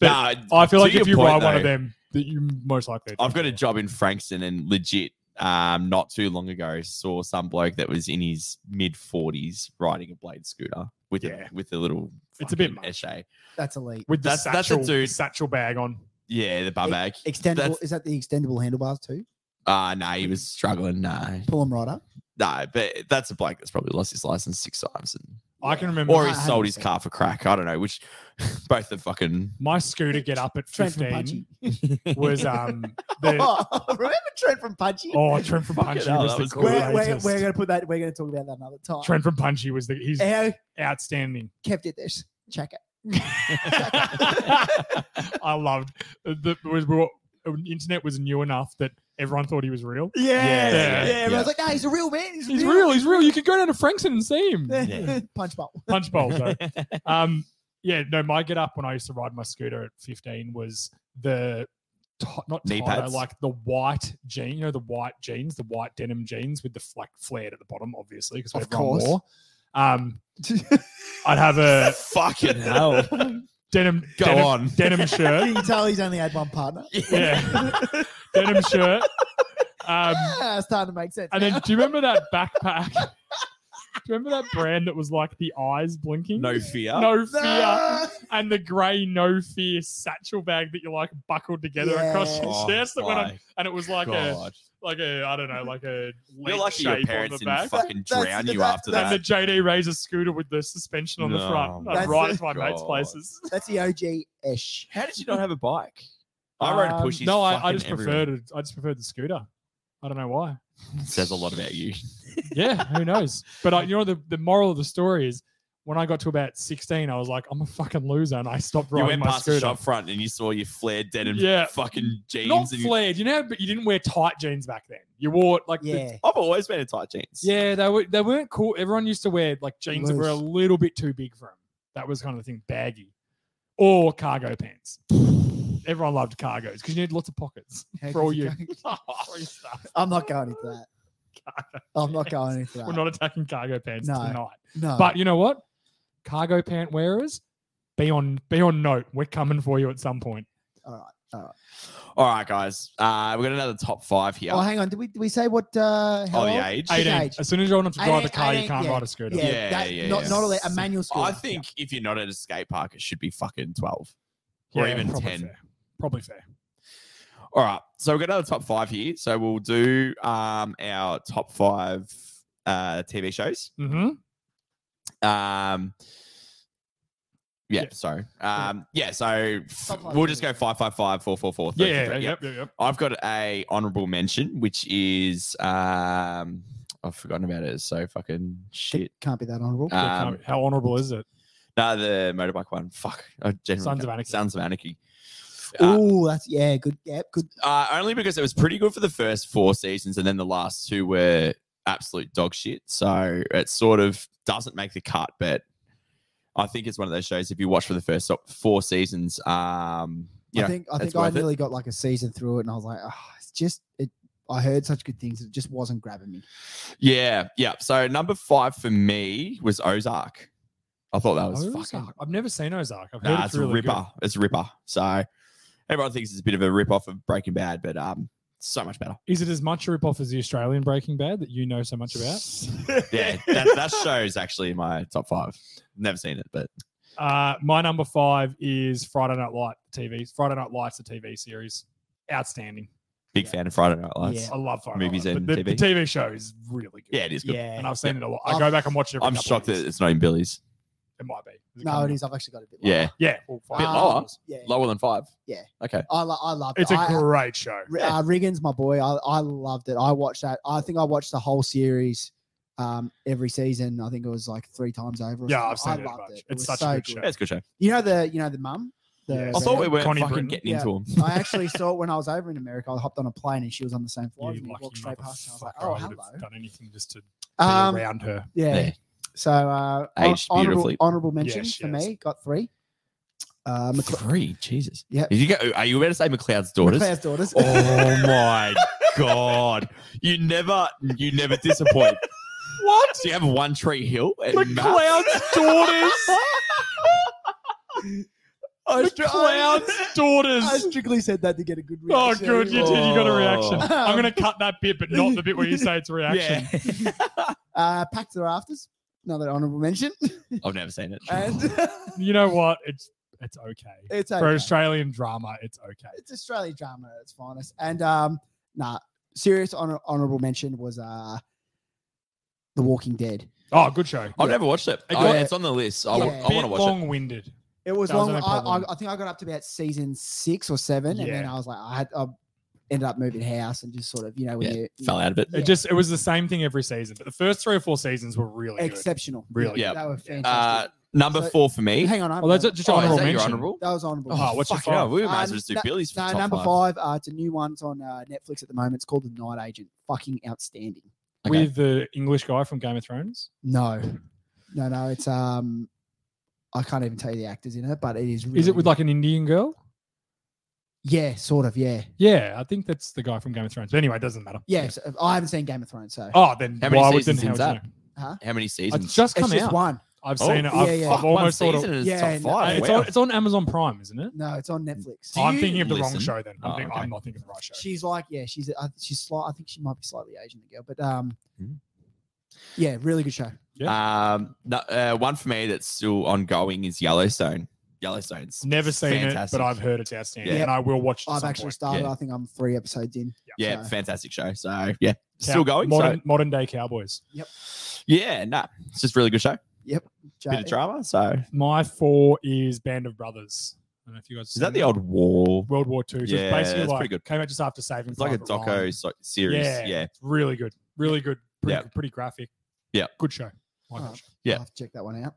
[SPEAKER 3] Nah,
[SPEAKER 1] I feel
[SPEAKER 3] to
[SPEAKER 1] like if
[SPEAKER 3] your
[SPEAKER 1] you
[SPEAKER 3] point,
[SPEAKER 1] ride one of
[SPEAKER 3] though,
[SPEAKER 1] them, that you most likely.
[SPEAKER 3] I've got a job in Frankston and legit um, not too long ago saw some bloke that was in his mid 40s riding a blade scooter with
[SPEAKER 1] Yeah.
[SPEAKER 3] a with a little
[SPEAKER 1] It's a bit
[SPEAKER 3] fucking
[SPEAKER 1] much.
[SPEAKER 3] Eshe.
[SPEAKER 2] That's elite.
[SPEAKER 1] With the
[SPEAKER 3] That's- that's a
[SPEAKER 1] satchel,
[SPEAKER 3] dude.
[SPEAKER 1] satchel bag on.
[SPEAKER 3] Yeah, the bum bag.
[SPEAKER 2] Extendable
[SPEAKER 3] That's-
[SPEAKER 2] is that the extendable handlebars too?
[SPEAKER 3] Ah, no, he was struggling. No,
[SPEAKER 2] Pull them right up.
[SPEAKER 3] no, but that's a bloke that's probably lost his license six times, and,
[SPEAKER 1] I can remember
[SPEAKER 3] or
[SPEAKER 2] I
[SPEAKER 3] he sold his
[SPEAKER 2] haven't.
[SPEAKER 3] car for crack. I don't know which. Both the fucking
[SPEAKER 1] my scooter get up at
[SPEAKER 2] Trent from
[SPEAKER 1] 15
[SPEAKER 2] Pudgy.
[SPEAKER 1] was um, the,
[SPEAKER 2] Oh, remember Trent from Pudgy?
[SPEAKER 1] oh, Trent from
[SPEAKER 3] Fucking
[SPEAKER 1] Punchy
[SPEAKER 3] hell,
[SPEAKER 1] was
[SPEAKER 3] that
[SPEAKER 1] the
[SPEAKER 3] was cool.
[SPEAKER 2] we're, we're,
[SPEAKER 1] greatest.
[SPEAKER 2] we're going to put that. We're going to talk about that another time.
[SPEAKER 1] Trent from Punchy was the he's
[SPEAKER 2] How
[SPEAKER 1] outstanding.
[SPEAKER 2] kept it this. Check it.
[SPEAKER 1] I loved uh, the was we were- the internet was new enough that everyone thought he was real.
[SPEAKER 3] Yeah,
[SPEAKER 1] yeah,
[SPEAKER 2] yeah.
[SPEAKER 3] yeah.
[SPEAKER 2] Everyone's like, no, he's a real man. He's,
[SPEAKER 1] He's real. He's real. You could go down to Frankston and see him.
[SPEAKER 3] Yeah.
[SPEAKER 2] Punch bowl.
[SPEAKER 1] Punch bowl. Though. Um, yeah, no, my get up when I used to ride my scooter at 15 was the t- not
[SPEAKER 3] Knee
[SPEAKER 1] tie-dye,
[SPEAKER 3] pads?
[SPEAKER 1] like the white jean, you know, the white jeans, the white denim jeans with the f- like flared at the bottom, obviously, because
[SPEAKER 2] Of
[SPEAKER 1] everyone
[SPEAKER 2] course.
[SPEAKER 1] wore. Um, I'd have a
[SPEAKER 3] fucking hell.
[SPEAKER 1] denim
[SPEAKER 3] Go
[SPEAKER 1] denim,
[SPEAKER 3] on.
[SPEAKER 1] denim shirt.
[SPEAKER 2] You can tell he's only had one partner.
[SPEAKER 1] Yeah, denim shirt. Um,
[SPEAKER 2] Ah, it's starting to make sense.
[SPEAKER 1] and then do you remember that backpack? do you remember that brand that was like the eyes blinking?
[SPEAKER 3] No fear.
[SPEAKER 1] no
[SPEAKER 2] now.
[SPEAKER 1] fear. and the grey no fear satchel bag that you like buckled together across your
[SPEAKER 3] Oh,
[SPEAKER 1] chest that went on,
[SPEAKER 3] my
[SPEAKER 1] and it was like a
[SPEAKER 3] God.
[SPEAKER 1] like a I don't know like a
[SPEAKER 3] You're
[SPEAKER 1] link
[SPEAKER 3] lucky
[SPEAKER 1] shape
[SPEAKER 3] your
[SPEAKER 1] on
[SPEAKER 3] parents
[SPEAKER 1] the
[SPEAKER 3] didn't
[SPEAKER 1] back.
[SPEAKER 3] fucking
[SPEAKER 2] That's-
[SPEAKER 3] drown
[SPEAKER 2] that-
[SPEAKER 3] you
[SPEAKER 2] that-
[SPEAKER 3] after
[SPEAKER 1] and
[SPEAKER 3] that.
[SPEAKER 1] the JD Razor scooter with the suspension on the
[SPEAKER 3] No,
[SPEAKER 1] front,
[SPEAKER 2] that's
[SPEAKER 1] I'd ride
[SPEAKER 2] the-
[SPEAKER 1] to my mates'
[SPEAKER 3] God.
[SPEAKER 1] places.
[SPEAKER 2] That's the OG ish.
[SPEAKER 3] How did you not have a bike? I rode
[SPEAKER 1] Um,
[SPEAKER 3] pushies.
[SPEAKER 1] no, I, I
[SPEAKER 3] fucking
[SPEAKER 1] just
[SPEAKER 3] everywhere.
[SPEAKER 1] preferred it. I just preferred the scooter. I don't know why.
[SPEAKER 3] Says a lot about you.
[SPEAKER 1] Yeah, who knows? But I, you know the, the moral of the story is when I got to about sixteen, I was like, I'm a fucking loser, and I stopped
[SPEAKER 3] You
[SPEAKER 1] riding
[SPEAKER 3] went
[SPEAKER 1] my
[SPEAKER 3] past
[SPEAKER 1] scooter.
[SPEAKER 3] the shop front and you saw your flared denim
[SPEAKER 1] Yeah.
[SPEAKER 3] fucking jeans.
[SPEAKER 1] Not
[SPEAKER 3] and you-
[SPEAKER 1] flared, you know, but you didn't wear tight jeans back then. You wore like the
[SPEAKER 2] Yeah.
[SPEAKER 3] I've always been in tight jeans.
[SPEAKER 1] Yeah, they were they weren't cool. Everyone used to wear like jeans that were a
[SPEAKER 2] Loose.
[SPEAKER 1] little bit too big for them. That was kind of the thing, baggy or cargo pants. Everyone loved cargos because you need lots of pockets
[SPEAKER 2] How
[SPEAKER 1] for all
[SPEAKER 2] could
[SPEAKER 1] your
[SPEAKER 2] go-
[SPEAKER 1] free stuff.
[SPEAKER 2] I'm not going into that. I'm not going into that.
[SPEAKER 1] We're not attacking cargo pants
[SPEAKER 2] No.
[SPEAKER 1] tonight.
[SPEAKER 2] no.
[SPEAKER 1] But you know what? Cargo pant wearers, be on be on note. We're coming for you at some point.
[SPEAKER 3] All right, guys. Uh, we've got another top five here.
[SPEAKER 2] Oh, hang on. Did we, did we say what? Uh,
[SPEAKER 3] oh,
[SPEAKER 2] how old?
[SPEAKER 3] the age.
[SPEAKER 2] Eight-
[SPEAKER 1] 18.
[SPEAKER 2] age.
[SPEAKER 1] As soon as you're on to drive a
[SPEAKER 2] 18,
[SPEAKER 1] car, you
[SPEAKER 2] 18,
[SPEAKER 1] can't
[SPEAKER 2] yeah.
[SPEAKER 1] ride a scooter.
[SPEAKER 2] Yeah,
[SPEAKER 3] Yeah,
[SPEAKER 2] that-
[SPEAKER 3] yeah,
[SPEAKER 2] not,
[SPEAKER 3] yeah.
[SPEAKER 2] not a, a manual school.
[SPEAKER 3] I think if you're not at a skate park, it should be fucking 12 or
[SPEAKER 1] Yeah,
[SPEAKER 3] even
[SPEAKER 1] probably
[SPEAKER 3] 10.
[SPEAKER 1] fair. Probably fair.
[SPEAKER 3] All right. So we've got another top five here. So we'll do um, our top five uh, TV shows.
[SPEAKER 1] Mm-hmm.
[SPEAKER 3] Um, yeah,
[SPEAKER 1] Yeah.
[SPEAKER 3] sorry. Um, yeah, so f-
[SPEAKER 2] Top five
[SPEAKER 3] we'll just go
[SPEAKER 2] movies.
[SPEAKER 3] five, five, five, four, four, four.
[SPEAKER 1] Yeah,
[SPEAKER 3] three, three,
[SPEAKER 1] yeah,
[SPEAKER 3] three.
[SPEAKER 1] yep, yep, yep.
[SPEAKER 3] I've got a honourable mention, which is um, I've forgotten about it. It's so fucking shit.
[SPEAKER 2] Can't be that honorable.
[SPEAKER 3] Uh,
[SPEAKER 1] Yeah,
[SPEAKER 3] Um,
[SPEAKER 1] How honourable is it?
[SPEAKER 3] No, the motorbike one. Fuck. I genuinely
[SPEAKER 1] Sons of
[SPEAKER 3] can't-
[SPEAKER 1] Anarchy.
[SPEAKER 3] Sons of Anarchy. Uh,
[SPEAKER 2] oh, that's yeah, good. Yeah, good.
[SPEAKER 3] uh, only because it was pretty good for the first four seasons, and then the last two were absolute dog shit. So it sort of doesn't make the cut, but I think it's one of those shows. If you watch for the first four seasons, um, you
[SPEAKER 2] I
[SPEAKER 3] know,
[SPEAKER 2] think I
[SPEAKER 3] that's
[SPEAKER 2] think I
[SPEAKER 3] worth it.
[SPEAKER 2] nearly got like a season through it, and I was like, oh, it's just it. I heard such good things, it just wasn't grabbing me.
[SPEAKER 3] yeah, yeah. So number five for me was Ozark. I thought that was
[SPEAKER 1] Ozark?
[SPEAKER 3] fucking.
[SPEAKER 1] I've never seen Ozark. I've heard
[SPEAKER 3] Nah,
[SPEAKER 1] it's,
[SPEAKER 3] it's
[SPEAKER 1] really
[SPEAKER 3] a ripper. It's a ripper. So everyone thinks it's a bit of a rip off of Breaking Bad, but um, so much better.
[SPEAKER 1] good. Is it as much a rip off as the Australian Breaking Bad that you know so much about?
[SPEAKER 3] Yeah, that, that show is actually in my top five. Never seen it, but
[SPEAKER 1] Uh, my number five is Friday Night Light the TV. Friday Night Lights, the TV series, outstanding.
[SPEAKER 3] big
[SPEAKER 2] Yeah.
[SPEAKER 3] fan of Friday Night Lights.
[SPEAKER 2] Yeah.
[SPEAKER 1] I love Friday
[SPEAKER 3] Movies
[SPEAKER 1] Night Light,
[SPEAKER 3] and
[SPEAKER 1] but the,
[SPEAKER 3] TV.
[SPEAKER 1] The TV show is really good.
[SPEAKER 3] Yeah, it is good.
[SPEAKER 2] Yeah,
[SPEAKER 1] and I've seen it a lot. I
[SPEAKER 2] I've-
[SPEAKER 1] go back and watch it. Every
[SPEAKER 3] I'm
[SPEAKER 1] couple of
[SPEAKER 3] shocked
[SPEAKER 1] years.
[SPEAKER 3] that it's not in Billy's.
[SPEAKER 1] it might be. Is
[SPEAKER 2] no,
[SPEAKER 1] coming
[SPEAKER 2] it
[SPEAKER 1] up?
[SPEAKER 2] is. I've actually got a bit. lower.
[SPEAKER 3] Yeah,
[SPEAKER 1] Yeah, well,
[SPEAKER 3] bit
[SPEAKER 1] Friday Night
[SPEAKER 3] lower.
[SPEAKER 1] Lights.
[SPEAKER 2] Yeah,
[SPEAKER 3] lower than five.
[SPEAKER 2] Yeah.
[SPEAKER 3] Okay.
[SPEAKER 2] I, lo- I loved
[SPEAKER 1] It's
[SPEAKER 2] it.
[SPEAKER 1] a
[SPEAKER 2] I- uh,
[SPEAKER 1] great show.
[SPEAKER 2] R- uh, Riggins, my boy, I, I loved it. I watched that. I think I watched the whole series um, every season. I think it was like three times over. or
[SPEAKER 1] Yeah, I've
[SPEAKER 2] something.
[SPEAKER 1] seen it a
[SPEAKER 2] I loved
[SPEAKER 1] bunch.
[SPEAKER 2] it.
[SPEAKER 1] It's such
[SPEAKER 2] was
[SPEAKER 1] a
[SPEAKER 2] so
[SPEAKER 1] good show.
[SPEAKER 3] Yeah, it's a good show.
[SPEAKER 2] You know the you know the mum. The
[SPEAKER 1] Yeah.
[SPEAKER 3] I thought we
[SPEAKER 2] redhead?
[SPEAKER 3] weren't
[SPEAKER 1] Connie
[SPEAKER 3] fucking
[SPEAKER 1] Britton.
[SPEAKER 3] getting into them.
[SPEAKER 2] I actually saw it when I was over in America. I hopped on a plane and she was on the same flight.
[SPEAKER 1] You
[SPEAKER 2] as me. I
[SPEAKER 1] lucky
[SPEAKER 2] walked straight past her. I was like,
[SPEAKER 1] motherfucker,
[SPEAKER 2] oh,
[SPEAKER 1] I would
[SPEAKER 2] hello.
[SPEAKER 1] have done anything just to be
[SPEAKER 2] Um,
[SPEAKER 1] around her.
[SPEAKER 2] yeah.
[SPEAKER 3] Yeah.
[SPEAKER 2] So uh,
[SPEAKER 3] Aged
[SPEAKER 2] honorable,
[SPEAKER 3] beautifully.
[SPEAKER 2] honorable mentions
[SPEAKER 1] she
[SPEAKER 2] for
[SPEAKER 1] has.
[SPEAKER 2] me. Got three. Uh, McLe-
[SPEAKER 3] Three, Jesus.
[SPEAKER 2] Yep.
[SPEAKER 3] Did you go? Are you about to say McLeod's daughters?
[SPEAKER 2] McLeod's daughters.
[SPEAKER 3] Oh my god! You never, you never disappoint. what? Do you have one Tree Hill? and Matt?
[SPEAKER 1] McLeod's daughters. McLeod's
[SPEAKER 2] McLeod's I
[SPEAKER 1] daughters.
[SPEAKER 2] strictly said that to get a good
[SPEAKER 1] Oh,
[SPEAKER 2] reaction.
[SPEAKER 1] good. You did. You got a reaction.
[SPEAKER 2] Oh.
[SPEAKER 1] I'm going to cut that bit, but not the bit where you say it's a reaction.
[SPEAKER 3] Yeah.
[SPEAKER 2] Uh, Pack to the Rafters. Another honorable mention.
[SPEAKER 3] I've never seen it.
[SPEAKER 2] And
[SPEAKER 1] You know what? It's it's okay.
[SPEAKER 2] it's
[SPEAKER 1] For
[SPEAKER 2] okay.
[SPEAKER 1] Australian drama, it's okay.
[SPEAKER 2] it's Australian drama at its finest. And um, nah, serious honor- honorable mention was uh, The Walking Dead.
[SPEAKER 1] Oh, good show.
[SPEAKER 3] I've never watched it.
[SPEAKER 1] It
[SPEAKER 3] I-
[SPEAKER 1] got-
[SPEAKER 3] it's on the list. I,
[SPEAKER 2] Yeah.
[SPEAKER 3] want to watch it.
[SPEAKER 1] long winded.
[SPEAKER 2] It was
[SPEAKER 1] That was
[SPEAKER 2] long.
[SPEAKER 1] the only
[SPEAKER 2] I,
[SPEAKER 1] problem.
[SPEAKER 2] I, I think I got up to about season six or seven, and then
[SPEAKER 1] Yeah.
[SPEAKER 2] I was like, I had I ended up moving house and just sort of, you know, when
[SPEAKER 3] Yeah,
[SPEAKER 2] you
[SPEAKER 3] Fell out of it.
[SPEAKER 1] It just it was the same thing every season, but the first three or four seasons were really good.
[SPEAKER 2] exceptional,
[SPEAKER 1] Really
[SPEAKER 3] Yeah.
[SPEAKER 2] they were
[SPEAKER 3] Uh,
[SPEAKER 2] fantastic.
[SPEAKER 3] number
[SPEAKER 2] So-
[SPEAKER 3] four for me.
[SPEAKER 2] Hang on, I
[SPEAKER 1] Well, that's just
[SPEAKER 3] Oh, is
[SPEAKER 1] honorable
[SPEAKER 3] that your
[SPEAKER 1] mention.
[SPEAKER 3] honorable?
[SPEAKER 2] that was honorable.
[SPEAKER 1] Oh, what's your
[SPEAKER 3] Fucking hell,
[SPEAKER 1] five?
[SPEAKER 3] We might as
[SPEAKER 2] Um,
[SPEAKER 3] well just do
[SPEAKER 2] no-
[SPEAKER 3] Billy's for
[SPEAKER 2] no,
[SPEAKER 3] top
[SPEAKER 2] number
[SPEAKER 3] five.
[SPEAKER 2] five. uh, it's a new one. It's on uh, Netflix at the moment. It's called The Night Agent. Fucking outstanding.
[SPEAKER 3] Okay.
[SPEAKER 1] with the English guy from Game of Thrones?
[SPEAKER 2] No, no, no. It's um, I can't even tell you the actors in it, but it is. Really
[SPEAKER 1] Is it with
[SPEAKER 2] good.
[SPEAKER 1] like an Indian girl?
[SPEAKER 2] Yeah, sort of. Yeah,
[SPEAKER 1] Yeah, I think that's the guy from Game of Thrones. But anyway, it doesn't matter.
[SPEAKER 2] yeah. so- I haven't seen Game of Thrones, so
[SPEAKER 1] Oh, then
[SPEAKER 3] How many
[SPEAKER 1] why would then
[SPEAKER 3] seasons
[SPEAKER 1] how
[SPEAKER 3] is
[SPEAKER 1] would you
[SPEAKER 3] that?
[SPEAKER 1] know?
[SPEAKER 3] How many seasons?
[SPEAKER 1] It's just
[SPEAKER 2] it's
[SPEAKER 1] come
[SPEAKER 2] just
[SPEAKER 1] out.
[SPEAKER 2] one.
[SPEAKER 1] I've
[SPEAKER 3] Oh.
[SPEAKER 1] seen it.
[SPEAKER 2] Yeah,
[SPEAKER 1] I've,
[SPEAKER 2] yeah.
[SPEAKER 1] I've almost
[SPEAKER 3] one
[SPEAKER 1] thought
[SPEAKER 3] season
[SPEAKER 1] it.
[SPEAKER 3] is
[SPEAKER 2] Yeah,
[SPEAKER 3] top
[SPEAKER 2] and-
[SPEAKER 3] five.
[SPEAKER 1] It's
[SPEAKER 3] wow.
[SPEAKER 1] on, it's on Amazon Prime, isn't it?
[SPEAKER 2] No, it's on Netflix.
[SPEAKER 3] Do
[SPEAKER 1] I'm
[SPEAKER 3] you
[SPEAKER 1] thinking of the wrong
[SPEAKER 3] listen?
[SPEAKER 1] show then. I'm,
[SPEAKER 3] Oh,
[SPEAKER 1] think-
[SPEAKER 3] okay.
[SPEAKER 1] I'm not thinking of the right show.
[SPEAKER 2] She's like, yeah, she's uh, she's slight. I think she might be slightly Asian, the girl, but um,
[SPEAKER 3] Hmm.
[SPEAKER 2] yeah, really good show.
[SPEAKER 3] Um, no, uh, one for me that's still ongoing is Yellowstone. Yellowstone's
[SPEAKER 1] Never seen
[SPEAKER 3] fantastic.
[SPEAKER 1] it, but I've heard it's outstanding,
[SPEAKER 2] Yeah.
[SPEAKER 1] and I will watch it. at
[SPEAKER 2] I've
[SPEAKER 1] some
[SPEAKER 2] actually
[SPEAKER 1] point.
[SPEAKER 2] started.
[SPEAKER 3] Yeah.
[SPEAKER 2] I think I'm three episodes in.
[SPEAKER 3] yeah,
[SPEAKER 2] so-
[SPEAKER 3] fantastic show. So yeah,
[SPEAKER 1] Cow-
[SPEAKER 3] still going. so-
[SPEAKER 1] Modern, modern day cowboys.
[SPEAKER 3] yeah, no, nah, it's just really good show.
[SPEAKER 2] Jo-
[SPEAKER 3] Bit of drama. So
[SPEAKER 1] My four is Band of Brothers. I don't know if you guys.
[SPEAKER 3] is that
[SPEAKER 1] seen
[SPEAKER 3] the old war?
[SPEAKER 1] World War Two? So
[SPEAKER 3] Yeah,
[SPEAKER 1] it's basically
[SPEAKER 3] it's
[SPEAKER 1] like
[SPEAKER 3] pretty good.
[SPEAKER 1] came out just after Saving.
[SPEAKER 3] It's like a
[SPEAKER 1] Private
[SPEAKER 3] doco
[SPEAKER 1] Ryan.
[SPEAKER 3] so- series. Yeah.
[SPEAKER 1] Yeah. It's really good, really good, pretty,
[SPEAKER 3] Yeah.
[SPEAKER 1] pretty graphic.
[SPEAKER 3] Yeah.
[SPEAKER 1] good show. Like
[SPEAKER 2] Oh,
[SPEAKER 1] that show.
[SPEAKER 3] Yeah.
[SPEAKER 2] I'll have to check that one out.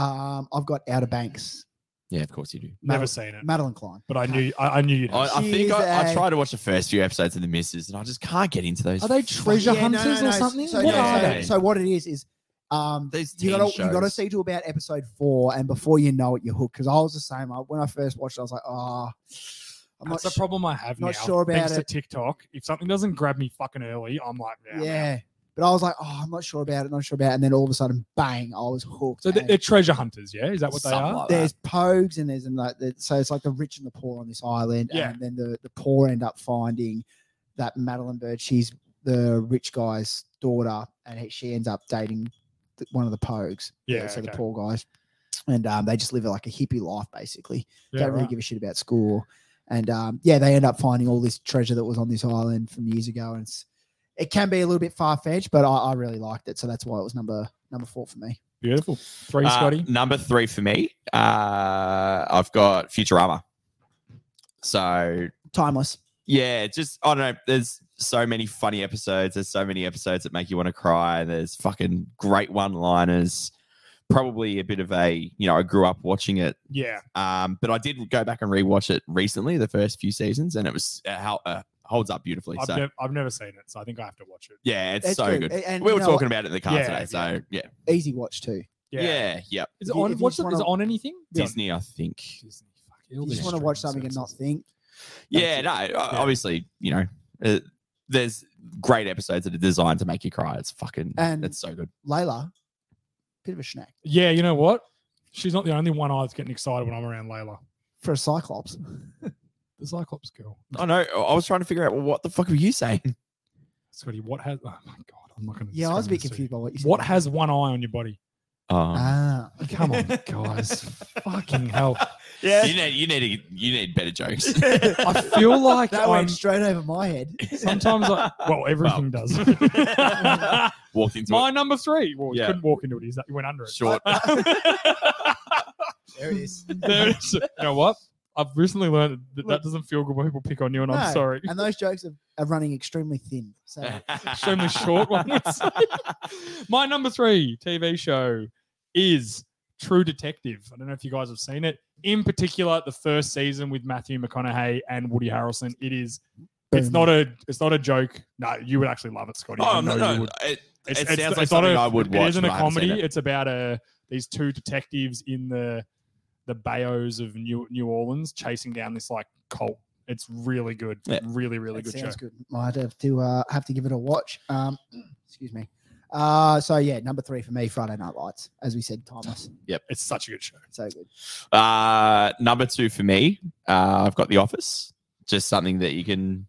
[SPEAKER 2] Um, I've got Outer Banks.
[SPEAKER 3] Yeah, of course you do.
[SPEAKER 1] Never
[SPEAKER 2] Madel-
[SPEAKER 1] seen it,
[SPEAKER 2] Madeline Klein.
[SPEAKER 1] but I knew I, I knew you'd.
[SPEAKER 3] I, I think
[SPEAKER 2] She's
[SPEAKER 3] I, I
[SPEAKER 2] a-
[SPEAKER 3] tried to watch the first few episodes of The Misses, and I just can't get into those.
[SPEAKER 1] Are they
[SPEAKER 3] fucking-
[SPEAKER 1] treasure
[SPEAKER 2] Yeah, no, no,
[SPEAKER 1] hunters
[SPEAKER 2] no,
[SPEAKER 1] or
[SPEAKER 2] so-
[SPEAKER 1] something?
[SPEAKER 2] So,
[SPEAKER 1] what
[SPEAKER 2] yeah,
[SPEAKER 1] are
[SPEAKER 2] so-
[SPEAKER 1] they?
[SPEAKER 2] so what it is is, um,
[SPEAKER 3] These
[SPEAKER 2] you
[SPEAKER 3] teen
[SPEAKER 2] got to you got to
[SPEAKER 3] shows.
[SPEAKER 2] see to about episode four, and before you know it, you're hooked. Because I was the same. I, when I first watched, it, I was like, oh, I'm
[SPEAKER 1] That's
[SPEAKER 2] not
[SPEAKER 1] the problem I have
[SPEAKER 2] not
[SPEAKER 1] now.
[SPEAKER 2] sure about
[SPEAKER 1] thanks to
[SPEAKER 2] it.
[SPEAKER 1] TikTok. If something doesn't grab me fucking early, I'm like,
[SPEAKER 2] sure-
[SPEAKER 1] yeah. I'm out."
[SPEAKER 2] yeah. But I was like, oh, I'm not sure about it, not sure about it. And then all of a sudden, bang, I was hooked.
[SPEAKER 1] So they're,
[SPEAKER 2] and
[SPEAKER 1] they're treasure hunters, yeah? Is that what they
[SPEAKER 3] Something
[SPEAKER 1] are?
[SPEAKER 3] like that.
[SPEAKER 2] there's pogues and there's and like the, so it's like the rich and the poor on this island,
[SPEAKER 1] Yeah.
[SPEAKER 2] and then the the poor end up finding that Madeline Bird. She's the rich guy's daughter, and he, she ends up dating th- one of the pogues.
[SPEAKER 1] Yeah,
[SPEAKER 2] so
[SPEAKER 1] okay.
[SPEAKER 2] the poor guys, and um, they just live like a hippie life basically.
[SPEAKER 1] Yeah,
[SPEAKER 2] Don't really
[SPEAKER 1] right.
[SPEAKER 2] give a shit about school, and um, yeah, they end up finding all this treasure that was on this island from years ago, and it's. It can be a little bit far fetched, but I, I really liked it, so that's why it was number number four for me.
[SPEAKER 1] Beautiful. Three,
[SPEAKER 3] Uh,
[SPEAKER 1] Scotty.
[SPEAKER 3] number three for me. Uh, I've got Futurama. So
[SPEAKER 2] Timeless.
[SPEAKER 3] yeah, just I don't know. There's so many funny episodes. There's so many episodes that make you want to cry. There's fucking great one-liners. Probably a bit of a you know I grew up watching it,
[SPEAKER 1] Yeah.
[SPEAKER 3] um, but I did go back and rewatch it recently, the first few seasons, and it was uh, how uh, holds up beautifully.
[SPEAKER 1] I've,
[SPEAKER 3] so
[SPEAKER 1] nev- I've never seen it, so I think I have to watch it.
[SPEAKER 3] yeah, it's,
[SPEAKER 2] That's
[SPEAKER 3] so good.
[SPEAKER 2] A- And
[SPEAKER 3] we
[SPEAKER 2] you
[SPEAKER 3] were
[SPEAKER 2] know what?
[SPEAKER 3] talking about it in the car
[SPEAKER 1] Yeah,
[SPEAKER 3] today,
[SPEAKER 1] yeah.
[SPEAKER 3] so yeah,
[SPEAKER 2] easy watch too.
[SPEAKER 3] yeah, yeah,
[SPEAKER 1] Is
[SPEAKER 2] If
[SPEAKER 1] it
[SPEAKER 2] you-
[SPEAKER 1] on,
[SPEAKER 2] if you
[SPEAKER 1] what's
[SPEAKER 2] just
[SPEAKER 1] it, is it on anything?
[SPEAKER 3] Disney, I think.
[SPEAKER 1] Disney. Fuck, all
[SPEAKER 2] You
[SPEAKER 1] these
[SPEAKER 2] just want to watch
[SPEAKER 1] streaming
[SPEAKER 2] something and not
[SPEAKER 1] services.
[SPEAKER 2] think.
[SPEAKER 3] Yeah, no, o- obviously, you know, uh, there's great episodes that are designed to make you cry. It's fucking,
[SPEAKER 2] And-
[SPEAKER 3] it's so good.
[SPEAKER 2] Layla, bit of a snack
[SPEAKER 1] Yeah, you know what? She's not the only one I was getting excited when I'm around Layla.
[SPEAKER 2] for a Cyclops.
[SPEAKER 1] The Cyclops girl.
[SPEAKER 3] I know. I was trying to figure out well, what the fuck were you saying?
[SPEAKER 1] Scotty, what has. Oh, my God. I'm not going to.
[SPEAKER 2] Yeah, I was a bit confused by what you said.
[SPEAKER 1] What has one eye on your body?
[SPEAKER 3] Um,
[SPEAKER 2] Ah,
[SPEAKER 1] Come on, guys. Fucking hell.
[SPEAKER 2] Uh,
[SPEAKER 3] you need, you need, to- you need better jokes.
[SPEAKER 1] I feel like
[SPEAKER 2] that
[SPEAKER 1] I'm,
[SPEAKER 2] went straight over my head.
[SPEAKER 1] sometimes I. Well, everything does.
[SPEAKER 3] Walked into
[SPEAKER 1] My number three. Well,
[SPEAKER 3] Yeah.
[SPEAKER 1] you couldn't walk into it. He's that you went under
[SPEAKER 3] it
[SPEAKER 1] it.
[SPEAKER 3] short.
[SPEAKER 1] there
[SPEAKER 2] There it is.
[SPEAKER 1] it is. You know what? I've recently learned that
[SPEAKER 2] Look-
[SPEAKER 1] that doesn't feel good when people pick on you, and
[SPEAKER 2] No.
[SPEAKER 1] I'm sorry.
[SPEAKER 2] And those jokes are, are running extremely thin. So
[SPEAKER 1] Extremely short one would say. My number three TV show is True Detective. I don't know if you guys have seen it. In particular, the first season with Matthew McConaughey and Woody Harrelson. It is. It's
[SPEAKER 2] boom.
[SPEAKER 1] not a. It's not a joke. No, you would actually love it, Scotty. I
[SPEAKER 3] Oh,
[SPEAKER 1] know
[SPEAKER 3] no,
[SPEAKER 1] you
[SPEAKER 3] no,
[SPEAKER 1] would.
[SPEAKER 3] it,
[SPEAKER 1] It's,
[SPEAKER 3] it
[SPEAKER 1] it's-
[SPEAKER 3] sounds like
[SPEAKER 1] it's not
[SPEAKER 3] something
[SPEAKER 1] a-
[SPEAKER 3] I would watch.
[SPEAKER 1] It isn't
[SPEAKER 3] but
[SPEAKER 1] a
[SPEAKER 3] I haven't seen
[SPEAKER 1] comedy.
[SPEAKER 3] it.
[SPEAKER 1] It's about a these two detectives in the the bayous of New New Orleans chasing down this like cult. It's really good.
[SPEAKER 3] Yeah.
[SPEAKER 1] Really, really
[SPEAKER 2] That
[SPEAKER 1] good show.
[SPEAKER 2] sounds good. Might have to uh, have to give it a watch. Um, excuse me. Uh, so yeah, number three for me, Friday Night Lights, as we said, timeless.
[SPEAKER 1] It's such a good show.
[SPEAKER 2] So good.
[SPEAKER 3] Uh, number two for me, uh, I've got The Office. Just something that you can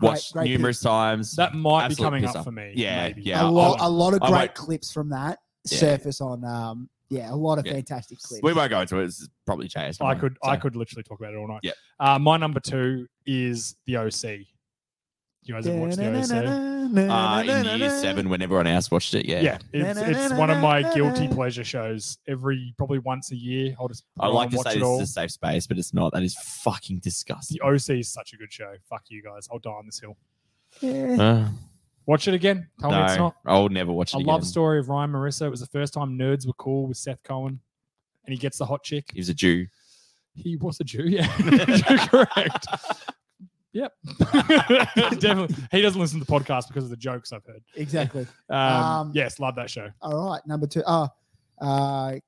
[SPEAKER 2] Great-
[SPEAKER 3] watch
[SPEAKER 2] great
[SPEAKER 3] numerous times.
[SPEAKER 1] That might
[SPEAKER 3] Absolute
[SPEAKER 1] be coming
[SPEAKER 3] pisser.
[SPEAKER 1] up for me.
[SPEAKER 3] Yeah,
[SPEAKER 1] maybe.
[SPEAKER 3] yeah,
[SPEAKER 2] a
[SPEAKER 3] I
[SPEAKER 2] lot,
[SPEAKER 1] I-
[SPEAKER 2] a lot of
[SPEAKER 3] I
[SPEAKER 2] great
[SPEAKER 3] won't-
[SPEAKER 2] clips from that
[SPEAKER 3] Yeah.
[SPEAKER 2] surface on. Um, yeah, a lot of
[SPEAKER 3] Yeah.
[SPEAKER 2] fantastic clips.
[SPEAKER 3] we won't go into it. It's probably changed.
[SPEAKER 1] I could I could literally talk about it all night.
[SPEAKER 3] Mm-hmm. Yeah.
[SPEAKER 1] Uh, my number two is the OC. You guys have watched the OC?
[SPEAKER 3] E. Uh, in year seven, when everyone else watched it, yeah,
[SPEAKER 1] Yeah, it's, it's one of my guilty pleasure shows. Every probably once a year, I'll just put
[SPEAKER 3] I
[SPEAKER 1] it on
[SPEAKER 3] like
[SPEAKER 1] and
[SPEAKER 3] to
[SPEAKER 1] watch
[SPEAKER 3] say
[SPEAKER 1] it
[SPEAKER 3] this
[SPEAKER 1] all.
[SPEAKER 3] is a safe space, but it's not. That is fucking disgusting.
[SPEAKER 1] The OC is such a good show. Fuck you guys. I'll die on this hill.
[SPEAKER 2] Yeah.
[SPEAKER 3] Uh,
[SPEAKER 1] Watch it again. Tell me it's
[SPEAKER 3] no,
[SPEAKER 1] not.
[SPEAKER 3] I'll never watch
[SPEAKER 1] A
[SPEAKER 3] it again.
[SPEAKER 1] love story of Ryan Marissa. It was the first time nerds were cool with Seth Cohen, and he gets the hot chick.
[SPEAKER 3] He was a Jew.
[SPEAKER 1] He was a Jew. Yeah, You're correct. Yep, definitely. He doesn't listen to the podcast because of the jokes I've heard.
[SPEAKER 2] Exactly.
[SPEAKER 1] Um,
[SPEAKER 2] Um,
[SPEAKER 1] yes, love that show.
[SPEAKER 2] All right, number two. Oh, uh, I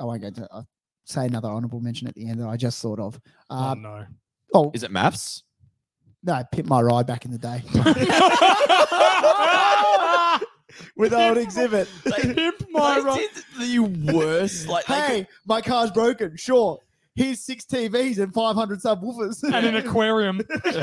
[SPEAKER 2] won't go to. I'll say another honourable mention at the end that I just thought of.
[SPEAKER 1] oh
[SPEAKER 2] Uh,
[SPEAKER 3] Um,
[SPEAKER 1] no,
[SPEAKER 2] oh
[SPEAKER 3] Is it maths?
[SPEAKER 2] no, pit my ride back in the day with old exhibit.
[SPEAKER 1] Pimp
[SPEAKER 3] I
[SPEAKER 1] my ride.
[SPEAKER 3] the worst. Like, they
[SPEAKER 2] hey, my car's broken. Sure, here's six TVs and 500 subwoofers.
[SPEAKER 1] and an aquarium. There's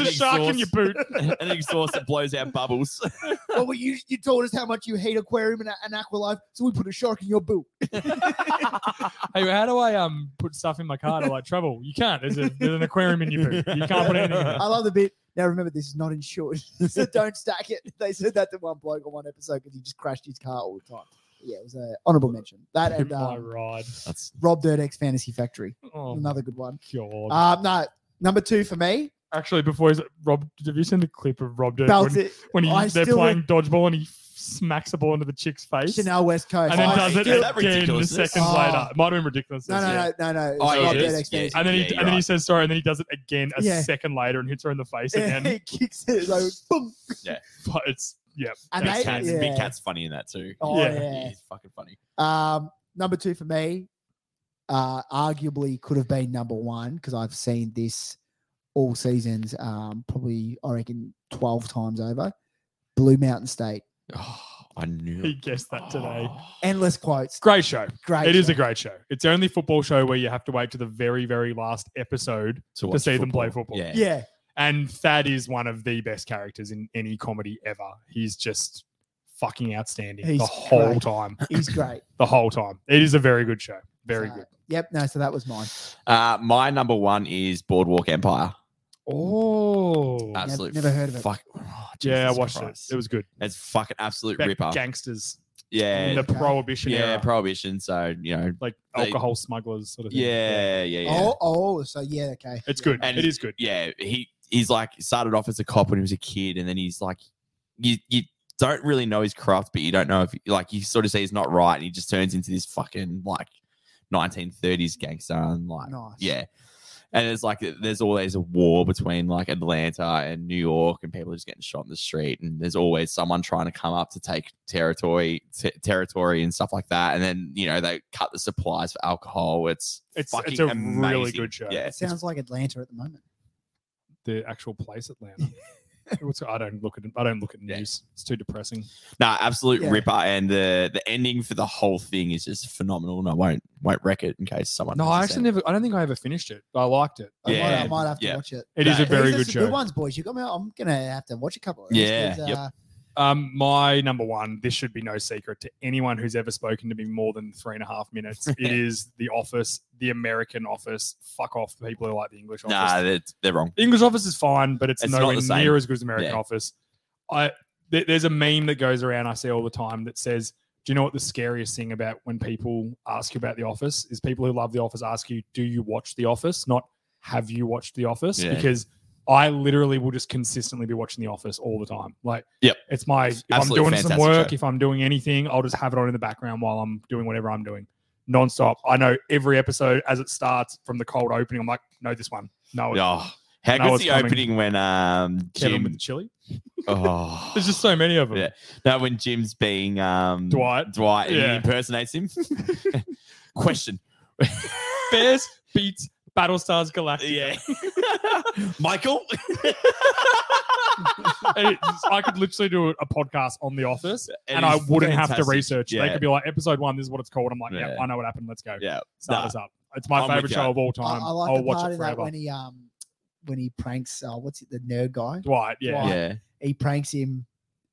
[SPEAKER 3] an
[SPEAKER 1] a shark in your
[SPEAKER 3] exhaust.
[SPEAKER 1] boot.
[SPEAKER 3] could- an exhaust that blows out bubbles.
[SPEAKER 2] well, we, you, you told us how much you hate aquarium and, and aqualife, so we put a shark in your boot.
[SPEAKER 1] Hey, how do I um put stuff in my car to like travel? You can't. There's, a, there's an aquarium in your boot. You can't put anything. In it.
[SPEAKER 2] I love the bit. Now remember, this is not insured, so don't stack it. They said that to one bloke on one episode because he just crashed his car all the time. Yeah, it was an honourable mention. That
[SPEAKER 1] Pimp
[SPEAKER 2] and
[SPEAKER 1] my
[SPEAKER 2] um,
[SPEAKER 1] ride.
[SPEAKER 3] That's
[SPEAKER 2] Rob Dyrdek's Fantasy Factory,
[SPEAKER 1] Oh my
[SPEAKER 2] another good one.
[SPEAKER 1] god.
[SPEAKER 2] Um, no, number two for me.
[SPEAKER 1] Actually, before he's Rob, have you seen the clip of Rob Dyrdek
[SPEAKER 2] Belt
[SPEAKER 1] when,
[SPEAKER 2] it.
[SPEAKER 1] when he,
[SPEAKER 2] I
[SPEAKER 1] they're
[SPEAKER 2] still
[SPEAKER 1] playing dodgeball and he smacks the ball into the chick's face?
[SPEAKER 2] Chanel West Coast.
[SPEAKER 1] and then
[SPEAKER 2] I
[SPEAKER 3] Oh,
[SPEAKER 1] does it
[SPEAKER 3] yeah,
[SPEAKER 2] still-
[SPEAKER 3] that
[SPEAKER 1] again the
[SPEAKER 3] ridiculousness.
[SPEAKER 1] second
[SPEAKER 2] Oh.
[SPEAKER 1] later. It might have been ridiculous.
[SPEAKER 2] No, no, no, no, no. it's
[SPEAKER 3] Oh, yeah,
[SPEAKER 2] Rob
[SPEAKER 3] it is.
[SPEAKER 2] Dyrdek's
[SPEAKER 3] Yeah,
[SPEAKER 2] Fantasy
[SPEAKER 1] And then he
[SPEAKER 3] Yeah,
[SPEAKER 1] and
[SPEAKER 3] you're
[SPEAKER 1] then he
[SPEAKER 3] right.
[SPEAKER 1] says sorry, and then he does it again a
[SPEAKER 2] Yeah.
[SPEAKER 1] second later and hits her in the face
[SPEAKER 2] and
[SPEAKER 1] again.
[SPEAKER 2] he kicks it like boom.
[SPEAKER 1] but it's yeah.
[SPEAKER 2] And
[SPEAKER 3] Big,
[SPEAKER 2] they,
[SPEAKER 3] cat's,
[SPEAKER 2] yeah.
[SPEAKER 3] Big Cat's funny in that too.
[SPEAKER 2] Oh,
[SPEAKER 1] Yeah.
[SPEAKER 2] yeah.
[SPEAKER 3] He's fucking funny.
[SPEAKER 2] Um, number two for me, uh, arguably could have been number one because I've seen this all seasons, um, probably I reckon twelve times over. Blue Mountain State,
[SPEAKER 3] Oh, I knew
[SPEAKER 1] He guessed that today.
[SPEAKER 2] endless quotes.
[SPEAKER 1] Great show.
[SPEAKER 2] Oh. Great,
[SPEAKER 1] It is
[SPEAKER 2] show.
[SPEAKER 1] a great show. It's the only football show where you have to wait to the very, very last episode.
[SPEAKER 3] watch
[SPEAKER 1] see them play football.
[SPEAKER 3] Yeah.
[SPEAKER 2] yeah.
[SPEAKER 1] And Thad is one of the best characters in any comedy ever. He's just fucking outstanding
[SPEAKER 2] He's
[SPEAKER 1] the whole
[SPEAKER 2] great.
[SPEAKER 1] time.
[SPEAKER 2] He's great.
[SPEAKER 1] The whole time. It is a very good show. Very
[SPEAKER 2] So,
[SPEAKER 1] good.
[SPEAKER 2] Yep. No, so that was mine.
[SPEAKER 3] Uh, my number one is Boardwalk Empire.
[SPEAKER 1] Oh.
[SPEAKER 3] Absolute.
[SPEAKER 2] never heard of it.
[SPEAKER 3] Fuck. oh,
[SPEAKER 1] yeah, I
[SPEAKER 3] Jesus
[SPEAKER 1] watched
[SPEAKER 3] Christ.
[SPEAKER 1] it. It was good.
[SPEAKER 3] It's fucking absolute
[SPEAKER 1] About
[SPEAKER 3] ripper.
[SPEAKER 1] Gangsters.
[SPEAKER 3] yeah.
[SPEAKER 1] in the
[SPEAKER 2] Okay.
[SPEAKER 1] prohibition
[SPEAKER 3] yeah.
[SPEAKER 1] era.
[SPEAKER 3] Prohibition. So, you know.
[SPEAKER 1] like
[SPEAKER 3] they-
[SPEAKER 1] alcohol smugglers sort of thing.
[SPEAKER 3] Yeah. Yeah. Yeah.
[SPEAKER 2] Oh, oh, so yeah, okay.
[SPEAKER 1] It's good.
[SPEAKER 3] And-
[SPEAKER 1] it is good.
[SPEAKER 3] yeah, he he's like started off as a cop when he was a kid, and then he's like, you you don't really know he's corrupt, but you don't know if like you sort of say he's not right, and he just turns into this fucking like 1930s gangster, and like
[SPEAKER 2] Nice.
[SPEAKER 3] yeah. And it's like there's always a war between like Atlanta and New York, and people are just getting shot in the street. And there's always someone trying to come up to take territory, t- territory and stuff like that. And then you know they cut the supplies for alcohol. It's
[SPEAKER 1] It's
[SPEAKER 3] fucking
[SPEAKER 1] it's a really
[SPEAKER 3] amazing.
[SPEAKER 1] good show.
[SPEAKER 3] Yeah,
[SPEAKER 2] It sounds like Atlanta at the moment.
[SPEAKER 1] The actual place Atlanta. What's- I don't look at I don't look at
[SPEAKER 3] Yeah.
[SPEAKER 1] news. It's too depressing.
[SPEAKER 3] No, absolute
[SPEAKER 2] Yeah.
[SPEAKER 3] ripper, and the the ending for the whole thing is just phenomenal. And I won't won't wreck it in case someone.
[SPEAKER 1] No, I
[SPEAKER 3] hasn't
[SPEAKER 1] actually never. I don't think I ever finished it. but I liked it.
[SPEAKER 2] I, might, I
[SPEAKER 3] Yeah,
[SPEAKER 2] might have to
[SPEAKER 3] yeah.
[SPEAKER 2] watch it.
[SPEAKER 1] It is a
[SPEAKER 3] That-
[SPEAKER 1] very
[SPEAKER 2] These are
[SPEAKER 1] good
[SPEAKER 2] some
[SPEAKER 1] show.
[SPEAKER 2] Good ones, boys. You got me. I'm gonna have to watch a couple. Of these
[SPEAKER 3] Yeah,
[SPEAKER 2] 'cause,
[SPEAKER 3] yep.
[SPEAKER 2] uh,
[SPEAKER 1] Um, my number one. This should be no secret to anyone who's ever spoken to me more than three and a half minutes. it is The Office, the American Office. Fuck off, the people who like the English
[SPEAKER 3] seen it.
[SPEAKER 1] Office.
[SPEAKER 3] Nah, they're, they're wrong.
[SPEAKER 1] The English Office is fine, but it's,
[SPEAKER 3] It's not
[SPEAKER 1] nowhere
[SPEAKER 3] the same.
[SPEAKER 1] near as good as American
[SPEAKER 3] Yeah.
[SPEAKER 1] Office. I th- there's a meme that goes around I see all the time that says Do you know what the scariest thing about when people ask you about The Office is people who love The Office ask you, do you watch The Office? Not have you watched The Office?
[SPEAKER 3] Yeah.
[SPEAKER 1] Because I literally will just consistently be watching The Office all the time. Like,
[SPEAKER 3] Yep.
[SPEAKER 1] it's my, if
[SPEAKER 3] Absolutely
[SPEAKER 1] I'm doing some
[SPEAKER 3] fantastic
[SPEAKER 1] work,
[SPEAKER 3] show.
[SPEAKER 1] if I'm doing anything, I'll just have it on in the background while I'm doing whatever I'm doing nonstop. I know every episode as it starts from the cold opening. I'm like, no, this one. No, it's
[SPEAKER 3] Oh, how
[SPEAKER 1] No,
[SPEAKER 3] good's
[SPEAKER 1] it's
[SPEAKER 3] the
[SPEAKER 1] coming.
[SPEAKER 3] opening when um
[SPEAKER 1] Kevin with
[SPEAKER 3] Jim?
[SPEAKER 1] the chili.
[SPEAKER 3] Oh,
[SPEAKER 1] There's just so many of them.
[SPEAKER 3] Yeah. no, when Jim's being um
[SPEAKER 1] Dwight.
[SPEAKER 3] Dwight, and
[SPEAKER 1] Yeah.
[SPEAKER 3] he impersonates him. Question.
[SPEAKER 1] Bears beats Battlestars Galactica.
[SPEAKER 3] yeah, Michael.
[SPEAKER 1] It- I could literally do a podcast on The Office and I
[SPEAKER 3] It is
[SPEAKER 1] wouldn't have to
[SPEAKER 3] fantastic.
[SPEAKER 1] research. They
[SPEAKER 3] Yeah.
[SPEAKER 1] could be like, episode one, this is what it's called. I'm like, yeah,
[SPEAKER 3] Yeah.
[SPEAKER 1] I know what happened. Let's go.
[SPEAKER 3] Yeah.
[SPEAKER 1] Start
[SPEAKER 3] Nah.
[SPEAKER 1] us up. It's my
[SPEAKER 3] I'm with
[SPEAKER 1] favorite
[SPEAKER 3] ya.
[SPEAKER 1] show of all
[SPEAKER 2] I,
[SPEAKER 1] time.
[SPEAKER 2] I
[SPEAKER 1] I,
[SPEAKER 2] like
[SPEAKER 1] will
[SPEAKER 2] the
[SPEAKER 1] watch
[SPEAKER 2] part
[SPEAKER 1] it
[SPEAKER 2] of that
[SPEAKER 1] forever.
[SPEAKER 2] when he um when he pranks uh what's it the nerd guy
[SPEAKER 1] Dwight, yeah.
[SPEAKER 2] Dwight.
[SPEAKER 3] Yeah.
[SPEAKER 2] he pranks him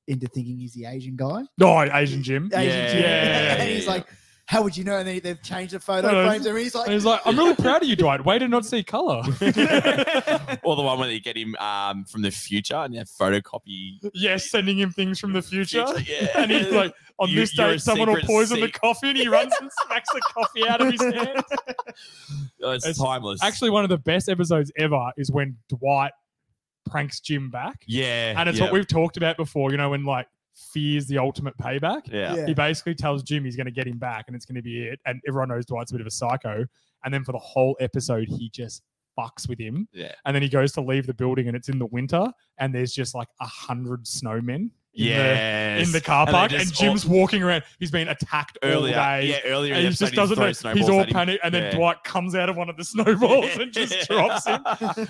[SPEAKER 2] into thinking he's the Asian guy.
[SPEAKER 1] No, Asian Jim.
[SPEAKER 2] Asian
[SPEAKER 3] Yeah,
[SPEAKER 2] Jew.
[SPEAKER 1] yeah,
[SPEAKER 2] and
[SPEAKER 3] yeah,
[SPEAKER 2] he's
[SPEAKER 3] yeah.
[SPEAKER 2] like, "How would you know?" And they, they've changed the photo
[SPEAKER 1] No, no,
[SPEAKER 2] frames, and he's like,
[SPEAKER 1] And he's like, I'm really proud of you, Dwight. Way to not see color.
[SPEAKER 3] or the one where they get him um, from the future and they have photocopy
[SPEAKER 1] yes, sending him things from the future.
[SPEAKER 3] Yeah.
[SPEAKER 1] And he's like, on
[SPEAKER 3] You-
[SPEAKER 1] this
[SPEAKER 3] you're
[SPEAKER 1] day,
[SPEAKER 3] a
[SPEAKER 1] someone will
[SPEAKER 3] secret
[SPEAKER 1] poison the
[SPEAKER 3] sec-
[SPEAKER 1] coffee, and he runs and smacks the coffee out of his hand.
[SPEAKER 3] Oh, it's,
[SPEAKER 1] it's-
[SPEAKER 3] timeless.
[SPEAKER 1] Actually, one of the best episodes ever is when Dwight pranks Jim back.
[SPEAKER 3] yeah.
[SPEAKER 1] And it's what we've talked about before, you know, when like fear's the ultimate payback.
[SPEAKER 3] Yeah.
[SPEAKER 1] He basically tells Jim he's going to get him back and it's going to be it. And everyone knows Dwight's a bit of a psycho. And then for the whole episode, he just fucks with him.
[SPEAKER 3] Yeah.
[SPEAKER 1] And then he goes to leave the building and it's in the winter and there's just like a hundred snowmen. in the-
[SPEAKER 3] Yes.
[SPEAKER 1] in the car
[SPEAKER 3] And they
[SPEAKER 1] park, and,
[SPEAKER 3] just all-
[SPEAKER 1] Jim's walking around. He's been attacked
[SPEAKER 3] earlier.
[SPEAKER 1] all day.
[SPEAKER 3] Yeah, earlier.
[SPEAKER 1] And he just doesn't know. He's all panicked, and then
[SPEAKER 3] Yeah.
[SPEAKER 1] Dwight comes out of one of the snowballs and just drops him.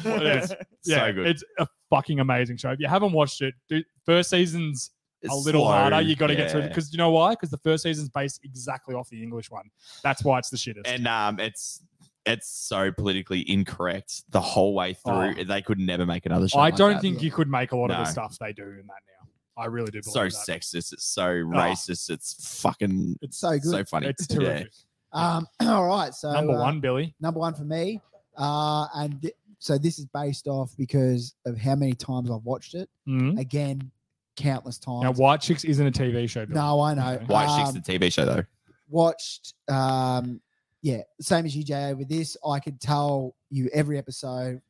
[SPEAKER 1] Yeah. Yeah,
[SPEAKER 3] so good.
[SPEAKER 1] It's a fucking amazing show. If you haven't watched it, do, first season's a little harder. You got to get through because you know why? Because the first season's based exactly off the English one. That's why it's the shittest.
[SPEAKER 3] And um, it's it's so politically incorrect the whole way through.
[SPEAKER 1] Oh.
[SPEAKER 3] They could never make another show.
[SPEAKER 1] I
[SPEAKER 3] like
[SPEAKER 1] don't
[SPEAKER 3] that.
[SPEAKER 1] think
[SPEAKER 2] yeah.
[SPEAKER 1] you could make a lot of
[SPEAKER 3] No.
[SPEAKER 1] the stuff they do in that now. I really do.
[SPEAKER 3] It's so
[SPEAKER 1] believe that. Oh.
[SPEAKER 3] sexist. It's so racist. It's fucking
[SPEAKER 2] "It's so good."
[SPEAKER 3] so funny.
[SPEAKER 1] It's
[SPEAKER 3] Yeah.
[SPEAKER 1] terrific.
[SPEAKER 2] um, all right, so
[SPEAKER 1] Number
[SPEAKER 2] uh,
[SPEAKER 1] one, Billy.
[SPEAKER 2] number one for me, uh, and th- so this is based off because of how many times I've watched it.
[SPEAKER 1] Mhm.
[SPEAKER 2] Again, countless times.
[SPEAKER 1] Now, White Chicks isn't a TV show. Billy.
[SPEAKER 2] no, I know.
[SPEAKER 1] Okay.
[SPEAKER 3] White
[SPEAKER 2] Um,
[SPEAKER 3] Chicks, the TV show though.
[SPEAKER 2] watched um yeah same as you jay with this i could tell you every episode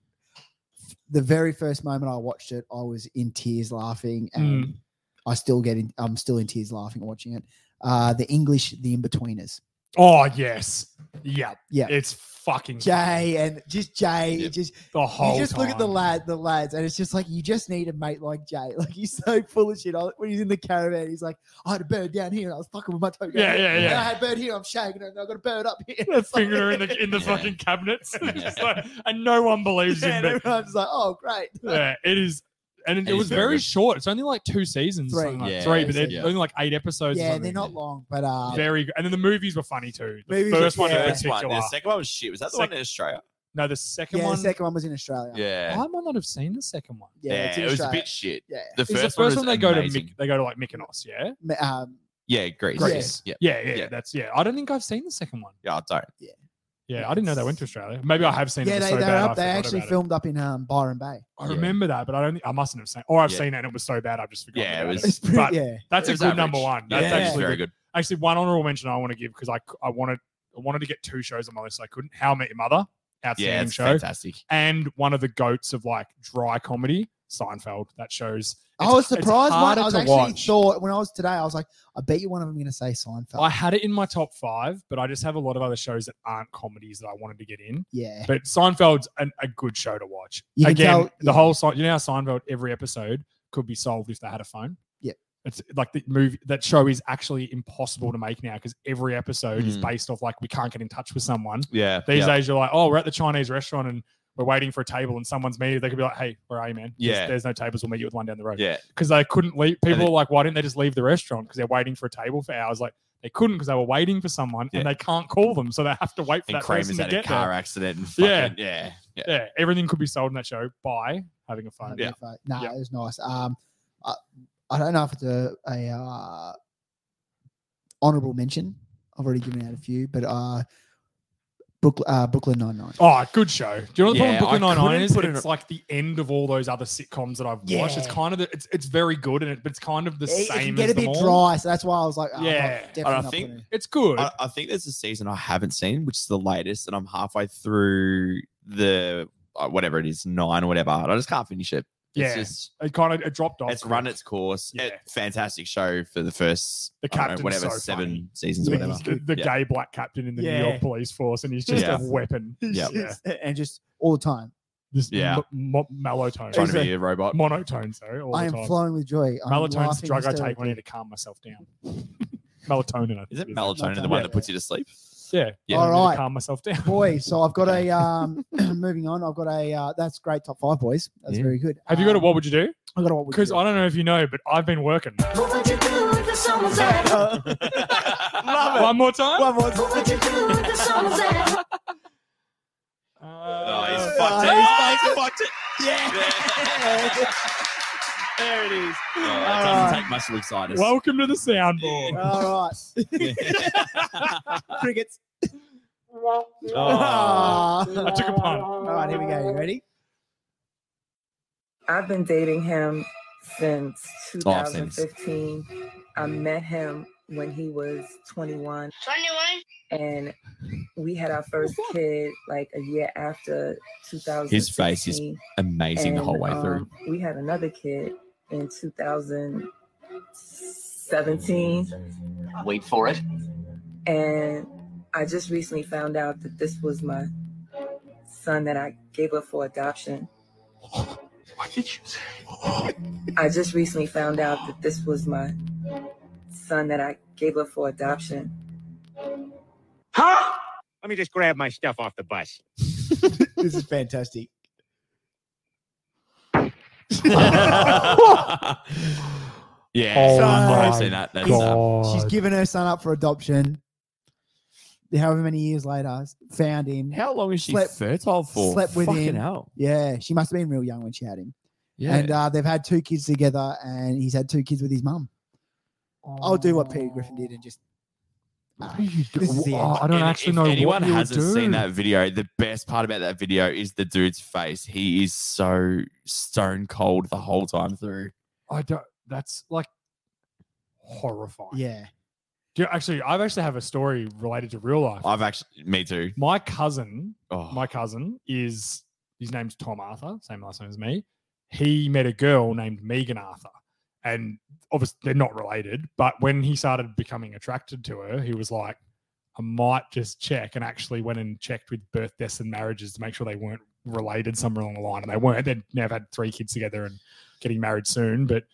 [SPEAKER 2] the very first moment i watched it i was in tears laughing and
[SPEAKER 1] Hmm.
[SPEAKER 2] i still get in i'm still in tears laughing watching it uh the english the in-betweeners
[SPEAKER 1] Oh yes. Yeah.
[SPEAKER 2] Yeah.
[SPEAKER 1] It's fucking
[SPEAKER 2] jay and just jay
[SPEAKER 3] Yeah.
[SPEAKER 2] just
[SPEAKER 1] the
[SPEAKER 2] you
[SPEAKER 1] whole.
[SPEAKER 2] just look at the
[SPEAKER 1] time.
[SPEAKER 2] lad the lads and it's just like you just need a mate like jay like he's so full of shit I, when he's in the caravan he's like i had a bird down here and i was fucking with my toe down
[SPEAKER 1] Yeah,
[SPEAKER 2] here,
[SPEAKER 1] yeah,
[SPEAKER 2] and i
[SPEAKER 1] yeah.
[SPEAKER 2] had a bird here i'm shaking it, and i got a bird up here
[SPEAKER 1] A finger in the in the
[SPEAKER 3] Yeah.
[SPEAKER 1] fucking cabinets, Just
[SPEAKER 3] Yeah.
[SPEAKER 1] like- and no one believes
[SPEAKER 2] yeah,
[SPEAKER 1] him.
[SPEAKER 2] and
[SPEAKER 1] but-
[SPEAKER 2] everyone's like, oh, great.
[SPEAKER 1] yeah, it is. And it,
[SPEAKER 3] It
[SPEAKER 1] it
[SPEAKER 3] is
[SPEAKER 1] was
[SPEAKER 3] very
[SPEAKER 1] very
[SPEAKER 3] good.
[SPEAKER 1] short. It's only like two seasons,
[SPEAKER 2] Three.
[SPEAKER 1] something like
[SPEAKER 3] Yeah,
[SPEAKER 1] three, but they're
[SPEAKER 3] yeah.
[SPEAKER 1] only like eight episodes. or
[SPEAKER 2] yeah,
[SPEAKER 1] something.
[SPEAKER 2] they're not long, but uh,
[SPEAKER 1] very good. And then the movies were funny too. The
[SPEAKER 2] Movies
[SPEAKER 1] first
[SPEAKER 2] were-
[SPEAKER 1] one
[SPEAKER 2] yeah.
[SPEAKER 1] in
[SPEAKER 3] First one.
[SPEAKER 1] particular.
[SPEAKER 3] The second one was shit. Was that the
[SPEAKER 1] Sec-
[SPEAKER 3] one in Australia?
[SPEAKER 1] no, the second
[SPEAKER 2] yeah,
[SPEAKER 1] one.
[SPEAKER 2] the second one was in Australia.
[SPEAKER 3] Yeah.
[SPEAKER 1] I might not have seen the second one.
[SPEAKER 2] yeah, it's in
[SPEAKER 3] it was a
[SPEAKER 2] Australia.
[SPEAKER 3] bit shit.
[SPEAKER 2] Yeah,
[SPEAKER 3] The
[SPEAKER 1] Is
[SPEAKER 3] first,
[SPEAKER 1] the first one,
[SPEAKER 3] was
[SPEAKER 1] they go to
[SPEAKER 3] amazing.
[SPEAKER 1] Myk- they go to like Mykonos, yeah?
[SPEAKER 2] Ma- um,
[SPEAKER 3] yeah, Greece.
[SPEAKER 1] Greece.
[SPEAKER 3] Yeah,
[SPEAKER 1] yeah, yeah,
[SPEAKER 3] Yeah.
[SPEAKER 1] that's yeah. I don't think I've seen the second one.
[SPEAKER 3] yeah, I don't.
[SPEAKER 1] Yeah, I didn't know they went to Australia. Maybe I have seen
[SPEAKER 2] yeah,
[SPEAKER 1] it. but
[SPEAKER 2] they,
[SPEAKER 1] so
[SPEAKER 2] they, were
[SPEAKER 1] bad I
[SPEAKER 2] up, they
[SPEAKER 1] forgot
[SPEAKER 2] actually
[SPEAKER 1] about it.
[SPEAKER 2] filmed up in um, Byron Bay.
[SPEAKER 1] I
[SPEAKER 3] Yeah.
[SPEAKER 1] remember that, but I don't. think- I mustn't have seen. Or I've
[SPEAKER 3] Yeah.
[SPEAKER 1] seen it and it was so bad I've just forgotten.
[SPEAKER 3] Yeah, it
[SPEAKER 1] about
[SPEAKER 3] was-
[SPEAKER 2] It's pretty,
[SPEAKER 1] But-
[SPEAKER 2] yeah,
[SPEAKER 1] That's a
[SPEAKER 3] It was
[SPEAKER 1] good
[SPEAKER 3] average.
[SPEAKER 1] number one. That's
[SPEAKER 3] yeah, it was
[SPEAKER 1] actually
[SPEAKER 3] very
[SPEAKER 1] good.
[SPEAKER 3] good.
[SPEAKER 1] Actually, one honorable mention I want to give because I I wanted I wanted to get two shows on my list. I couldn't. How I Met Your Mother, outstanding
[SPEAKER 3] Yeah, it's
[SPEAKER 1] show,
[SPEAKER 3] fantastic.
[SPEAKER 1] and one of the goats of like dry comedy, Seinfeld. That shows.
[SPEAKER 2] I
[SPEAKER 1] it's-
[SPEAKER 2] was
[SPEAKER 1] it's
[SPEAKER 2] surprised. When,
[SPEAKER 1] harder
[SPEAKER 2] I was
[SPEAKER 1] to
[SPEAKER 2] actually
[SPEAKER 1] watch.
[SPEAKER 2] thought when I was today, I was like, I bet you one of them going to say Seinfeld.
[SPEAKER 1] I had it in my top five, but I just have a lot of other shows that aren't comedies that I wanted to get in.
[SPEAKER 2] yeah,
[SPEAKER 1] But Seinfeld's an, a good show to watch.
[SPEAKER 2] You can
[SPEAKER 1] Again,
[SPEAKER 2] tell-
[SPEAKER 1] the
[SPEAKER 2] yeah.
[SPEAKER 1] whole Sein- you know how Seinfeld every episode could be solved if they had a phone.
[SPEAKER 2] Yeah.
[SPEAKER 1] It's like the movie that show is actually impossible to make now because every episode is
[SPEAKER 3] Mm.
[SPEAKER 1] based off like we can't get in touch with someone.
[SPEAKER 3] Yeah,
[SPEAKER 1] These
[SPEAKER 3] yeah.
[SPEAKER 1] days you're like, oh, we're at the Chinese restaurant and we're waiting for a table and someone's meeting. They could be like, hey, where are you, man? There's-
[SPEAKER 3] Yeah.
[SPEAKER 1] There's, no tables. We'll meet you with one down the road.
[SPEAKER 3] yeah,
[SPEAKER 1] Because they couldn't leave. People
[SPEAKER 3] they-
[SPEAKER 1] are like, why didn't they just leave the restaurant? Because they're waiting for a table for hours. Like they couldn't because they were waiting for someone
[SPEAKER 3] Yeah.
[SPEAKER 1] and they can't call them. So they have to wait for
[SPEAKER 3] and
[SPEAKER 1] that
[SPEAKER 3] Kramer's
[SPEAKER 1] person to
[SPEAKER 3] had a
[SPEAKER 1] get
[SPEAKER 3] car
[SPEAKER 1] there.
[SPEAKER 3] accident. And fucking,
[SPEAKER 1] Yeah.
[SPEAKER 3] yeah, yeah, yeah.
[SPEAKER 1] Yeah. Everything could be sold in that show by having a phone.
[SPEAKER 3] Yeah.
[SPEAKER 2] No, nah,
[SPEAKER 1] Yeah.
[SPEAKER 2] it was nice. Um, I, I don't know if it's a, a uh, honorable mention. I've already given out a few, but uh, Brooklyn, uh, Brooklyn Nine Nine.
[SPEAKER 1] Oh, good show. Do you know what the
[SPEAKER 3] Yeah,
[SPEAKER 1] problem with Brooklyn
[SPEAKER 3] I
[SPEAKER 1] Nine Nine
[SPEAKER 3] couldn't
[SPEAKER 1] is?
[SPEAKER 3] put it
[SPEAKER 1] It's like the end of all those other sitcoms that I've watched. It's
[SPEAKER 2] Yeah.
[SPEAKER 1] kind of the, it's it's very good, and it, but it's kind of the
[SPEAKER 2] It- it,
[SPEAKER 1] same.
[SPEAKER 2] can get
[SPEAKER 1] as
[SPEAKER 2] a bit
[SPEAKER 1] them all.
[SPEAKER 2] dry, so that's why I was like, oh, I'm not-
[SPEAKER 1] Yeah.
[SPEAKER 2] definitely
[SPEAKER 3] And I
[SPEAKER 2] not
[SPEAKER 3] think-
[SPEAKER 2] putting it.
[SPEAKER 1] It's good.
[SPEAKER 3] I, I think there's a season I haven't seen, which is the latest, and I'm halfway through the uh, whatever it is, nine or whatever. and I just can't finish it.
[SPEAKER 1] Yeah.
[SPEAKER 3] It's just
[SPEAKER 1] it kind of it dropped off.
[SPEAKER 3] it's run its course.
[SPEAKER 1] Yeah.
[SPEAKER 3] It- fantastic show for the first
[SPEAKER 1] The
[SPEAKER 3] I don't know,
[SPEAKER 1] captain's
[SPEAKER 3] whatever
[SPEAKER 1] so
[SPEAKER 3] seven
[SPEAKER 1] funny.
[SPEAKER 3] seasons or
[SPEAKER 2] Yeah,
[SPEAKER 3] whatever.
[SPEAKER 2] he's
[SPEAKER 1] The, the
[SPEAKER 3] Yeah.
[SPEAKER 1] gay black captain in the New
[SPEAKER 2] Yeah.
[SPEAKER 1] York police force, and he's just
[SPEAKER 3] Yeah.
[SPEAKER 1] a weapon.
[SPEAKER 3] Yeah.
[SPEAKER 1] Yeah.
[SPEAKER 2] and just all the time.
[SPEAKER 1] This
[SPEAKER 3] Yeah.
[SPEAKER 1] m- m- mellow tone,
[SPEAKER 3] Trying to
[SPEAKER 2] He's
[SPEAKER 3] be a robot.
[SPEAKER 1] monotone. Sorry, all
[SPEAKER 2] I
[SPEAKER 1] the
[SPEAKER 2] am
[SPEAKER 1] time.
[SPEAKER 2] flowing with joy. I'm
[SPEAKER 1] Melatonin's the
[SPEAKER 2] laughing
[SPEAKER 1] drug I take when I
[SPEAKER 2] hysterically.
[SPEAKER 1] need to calm myself down. melatonin. I think
[SPEAKER 3] Is it
[SPEAKER 1] it is.
[SPEAKER 3] melatonin, the
[SPEAKER 2] Melatonin,
[SPEAKER 3] one
[SPEAKER 2] yeah.
[SPEAKER 3] that puts you to sleep?
[SPEAKER 1] Yeah. I need to
[SPEAKER 3] Yeah.
[SPEAKER 2] Alright.
[SPEAKER 1] Calm myself down.
[SPEAKER 2] Boy, so I've got a um moving on. I've got a uh, that's great top five boys. That's
[SPEAKER 3] Yeah.
[SPEAKER 2] very good.
[SPEAKER 1] Have you got a
[SPEAKER 2] Um,
[SPEAKER 1] what would you do?
[SPEAKER 2] I've got a what? would you
[SPEAKER 1] Because
[SPEAKER 2] do.
[SPEAKER 1] I don't know if you know, but I've been working.
[SPEAKER 4] What would you do if the sun was out?
[SPEAKER 3] Love
[SPEAKER 1] One more time.
[SPEAKER 2] One more time.
[SPEAKER 4] What would you do if the sun was out?
[SPEAKER 3] Oh, he's
[SPEAKER 1] Uh,
[SPEAKER 2] fu-
[SPEAKER 3] fucked it.
[SPEAKER 2] Oh, he's
[SPEAKER 3] Oh, he's fucked it.
[SPEAKER 2] Yeah.
[SPEAKER 3] There it is.
[SPEAKER 1] Uh,
[SPEAKER 3] Oh, it
[SPEAKER 2] Alright.
[SPEAKER 3] doesn't take much to excite us.
[SPEAKER 1] welcome to the soundboard.
[SPEAKER 2] All right, crickets.
[SPEAKER 3] Oh.
[SPEAKER 1] I took a punt.
[SPEAKER 2] All right, here we go. You ready?
[SPEAKER 5] I've been dating him since
[SPEAKER 3] Oh, I've seen this.
[SPEAKER 5] 2015. I met him when he was 21 and we had our first kid like a year after 2000.
[SPEAKER 3] face is Amazing the whole way through.
[SPEAKER 5] um, We had another kid in 2017
[SPEAKER 6] Wait for it.
[SPEAKER 5] and I just recently found out that this was my son that I gave up for adoption.
[SPEAKER 6] What did you say?
[SPEAKER 5] I just recently found out that this was my son that I gave up for adoption.
[SPEAKER 7] Huh? Let me just grab my stuff off the bus.
[SPEAKER 2] This is fantastic.
[SPEAKER 1] uh,
[SPEAKER 3] yeah.
[SPEAKER 1] Oh
[SPEAKER 3] so I've
[SPEAKER 2] my
[SPEAKER 3] seen that. That's, uh,
[SPEAKER 1] God.
[SPEAKER 2] She's given her son up for adoption. However many years later, found him.
[SPEAKER 3] uh, how long is she
[SPEAKER 2] Slept-
[SPEAKER 3] fertile for?
[SPEAKER 2] slept with
[SPEAKER 3] Fucking
[SPEAKER 2] him.
[SPEAKER 3] hell.
[SPEAKER 2] Yeah, she must have been real young when she had him.
[SPEAKER 3] Yeah.
[SPEAKER 2] And uh, they've had two kids together, and he's had two kids with his mum. I'll do what Peter Griffin did and just. uh,
[SPEAKER 1] What do you do?
[SPEAKER 2] This is the
[SPEAKER 1] Oh, I
[SPEAKER 2] end.
[SPEAKER 1] don't
[SPEAKER 3] And
[SPEAKER 1] actually
[SPEAKER 3] if
[SPEAKER 1] know
[SPEAKER 3] anyone
[SPEAKER 1] what you
[SPEAKER 3] hasn't
[SPEAKER 1] do.
[SPEAKER 3] seen that video, the best part about that video is the dude's face. He is so stone cold the whole time through.
[SPEAKER 1] I don't. That's like horrifying.
[SPEAKER 2] Yeah.
[SPEAKER 1] Do you, actually, I've actually have a story related to real life.
[SPEAKER 3] I've actually, me too.
[SPEAKER 1] my cousin,
[SPEAKER 3] Oh,
[SPEAKER 1] my cousin is his name's Tom Arthur, same last name as me. He met a girl named Megan Arthur, and obviously they're not related. But when he started becoming attracted to her, he was like, "I might just check," and actually went and checked with birth, deaths, and marriages to make sure they weren't related somewhere along the line, and they weren't. They'd now had three kids together and getting married soon. But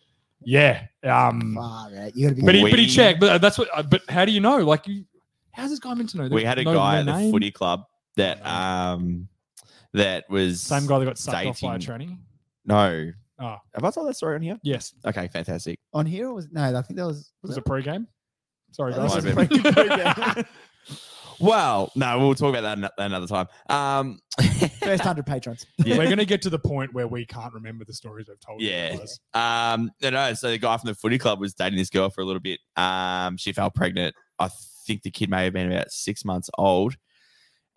[SPEAKER 1] yeah,
[SPEAKER 3] Hmm.
[SPEAKER 1] um,
[SPEAKER 2] Far out. You got to be.
[SPEAKER 1] but he, but he
[SPEAKER 3] We-
[SPEAKER 1] checked. But that's what. uh, But how do you know? Like, you, how's this guy meant to know?
[SPEAKER 3] we had a
[SPEAKER 1] know
[SPEAKER 3] guy at
[SPEAKER 1] their
[SPEAKER 3] the
[SPEAKER 1] name?
[SPEAKER 3] footy club that
[SPEAKER 1] Oh.
[SPEAKER 3] um that was
[SPEAKER 1] Same guy that got sucked off by a tranny.
[SPEAKER 3] No.
[SPEAKER 1] Oh.
[SPEAKER 3] Have I told that story on here?
[SPEAKER 1] Yes,
[SPEAKER 3] Okay, fantastic.
[SPEAKER 2] on here or was no? I think that was.
[SPEAKER 1] it
[SPEAKER 2] was
[SPEAKER 1] was a pre-game. Sorry,
[SPEAKER 2] That
[SPEAKER 1] guys.
[SPEAKER 3] might
[SPEAKER 1] It
[SPEAKER 3] have
[SPEAKER 1] was a
[SPEAKER 2] been.
[SPEAKER 1] pre-game.
[SPEAKER 3] Well, no, we'll talk about that ano- another time. Um,
[SPEAKER 2] it? first hundred patrons.
[SPEAKER 3] Yeah.
[SPEAKER 1] We're gonna get to the point where we can't remember the stories I've told. you
[SPEAKER 3] Yeah.
[SPEAKER 1] guys.
[SPEAKER 3] um, no, no. So the guy from the footy club was dating this girl for a little bit. Um, she fell pregnant. I think the kid may have been about six months old,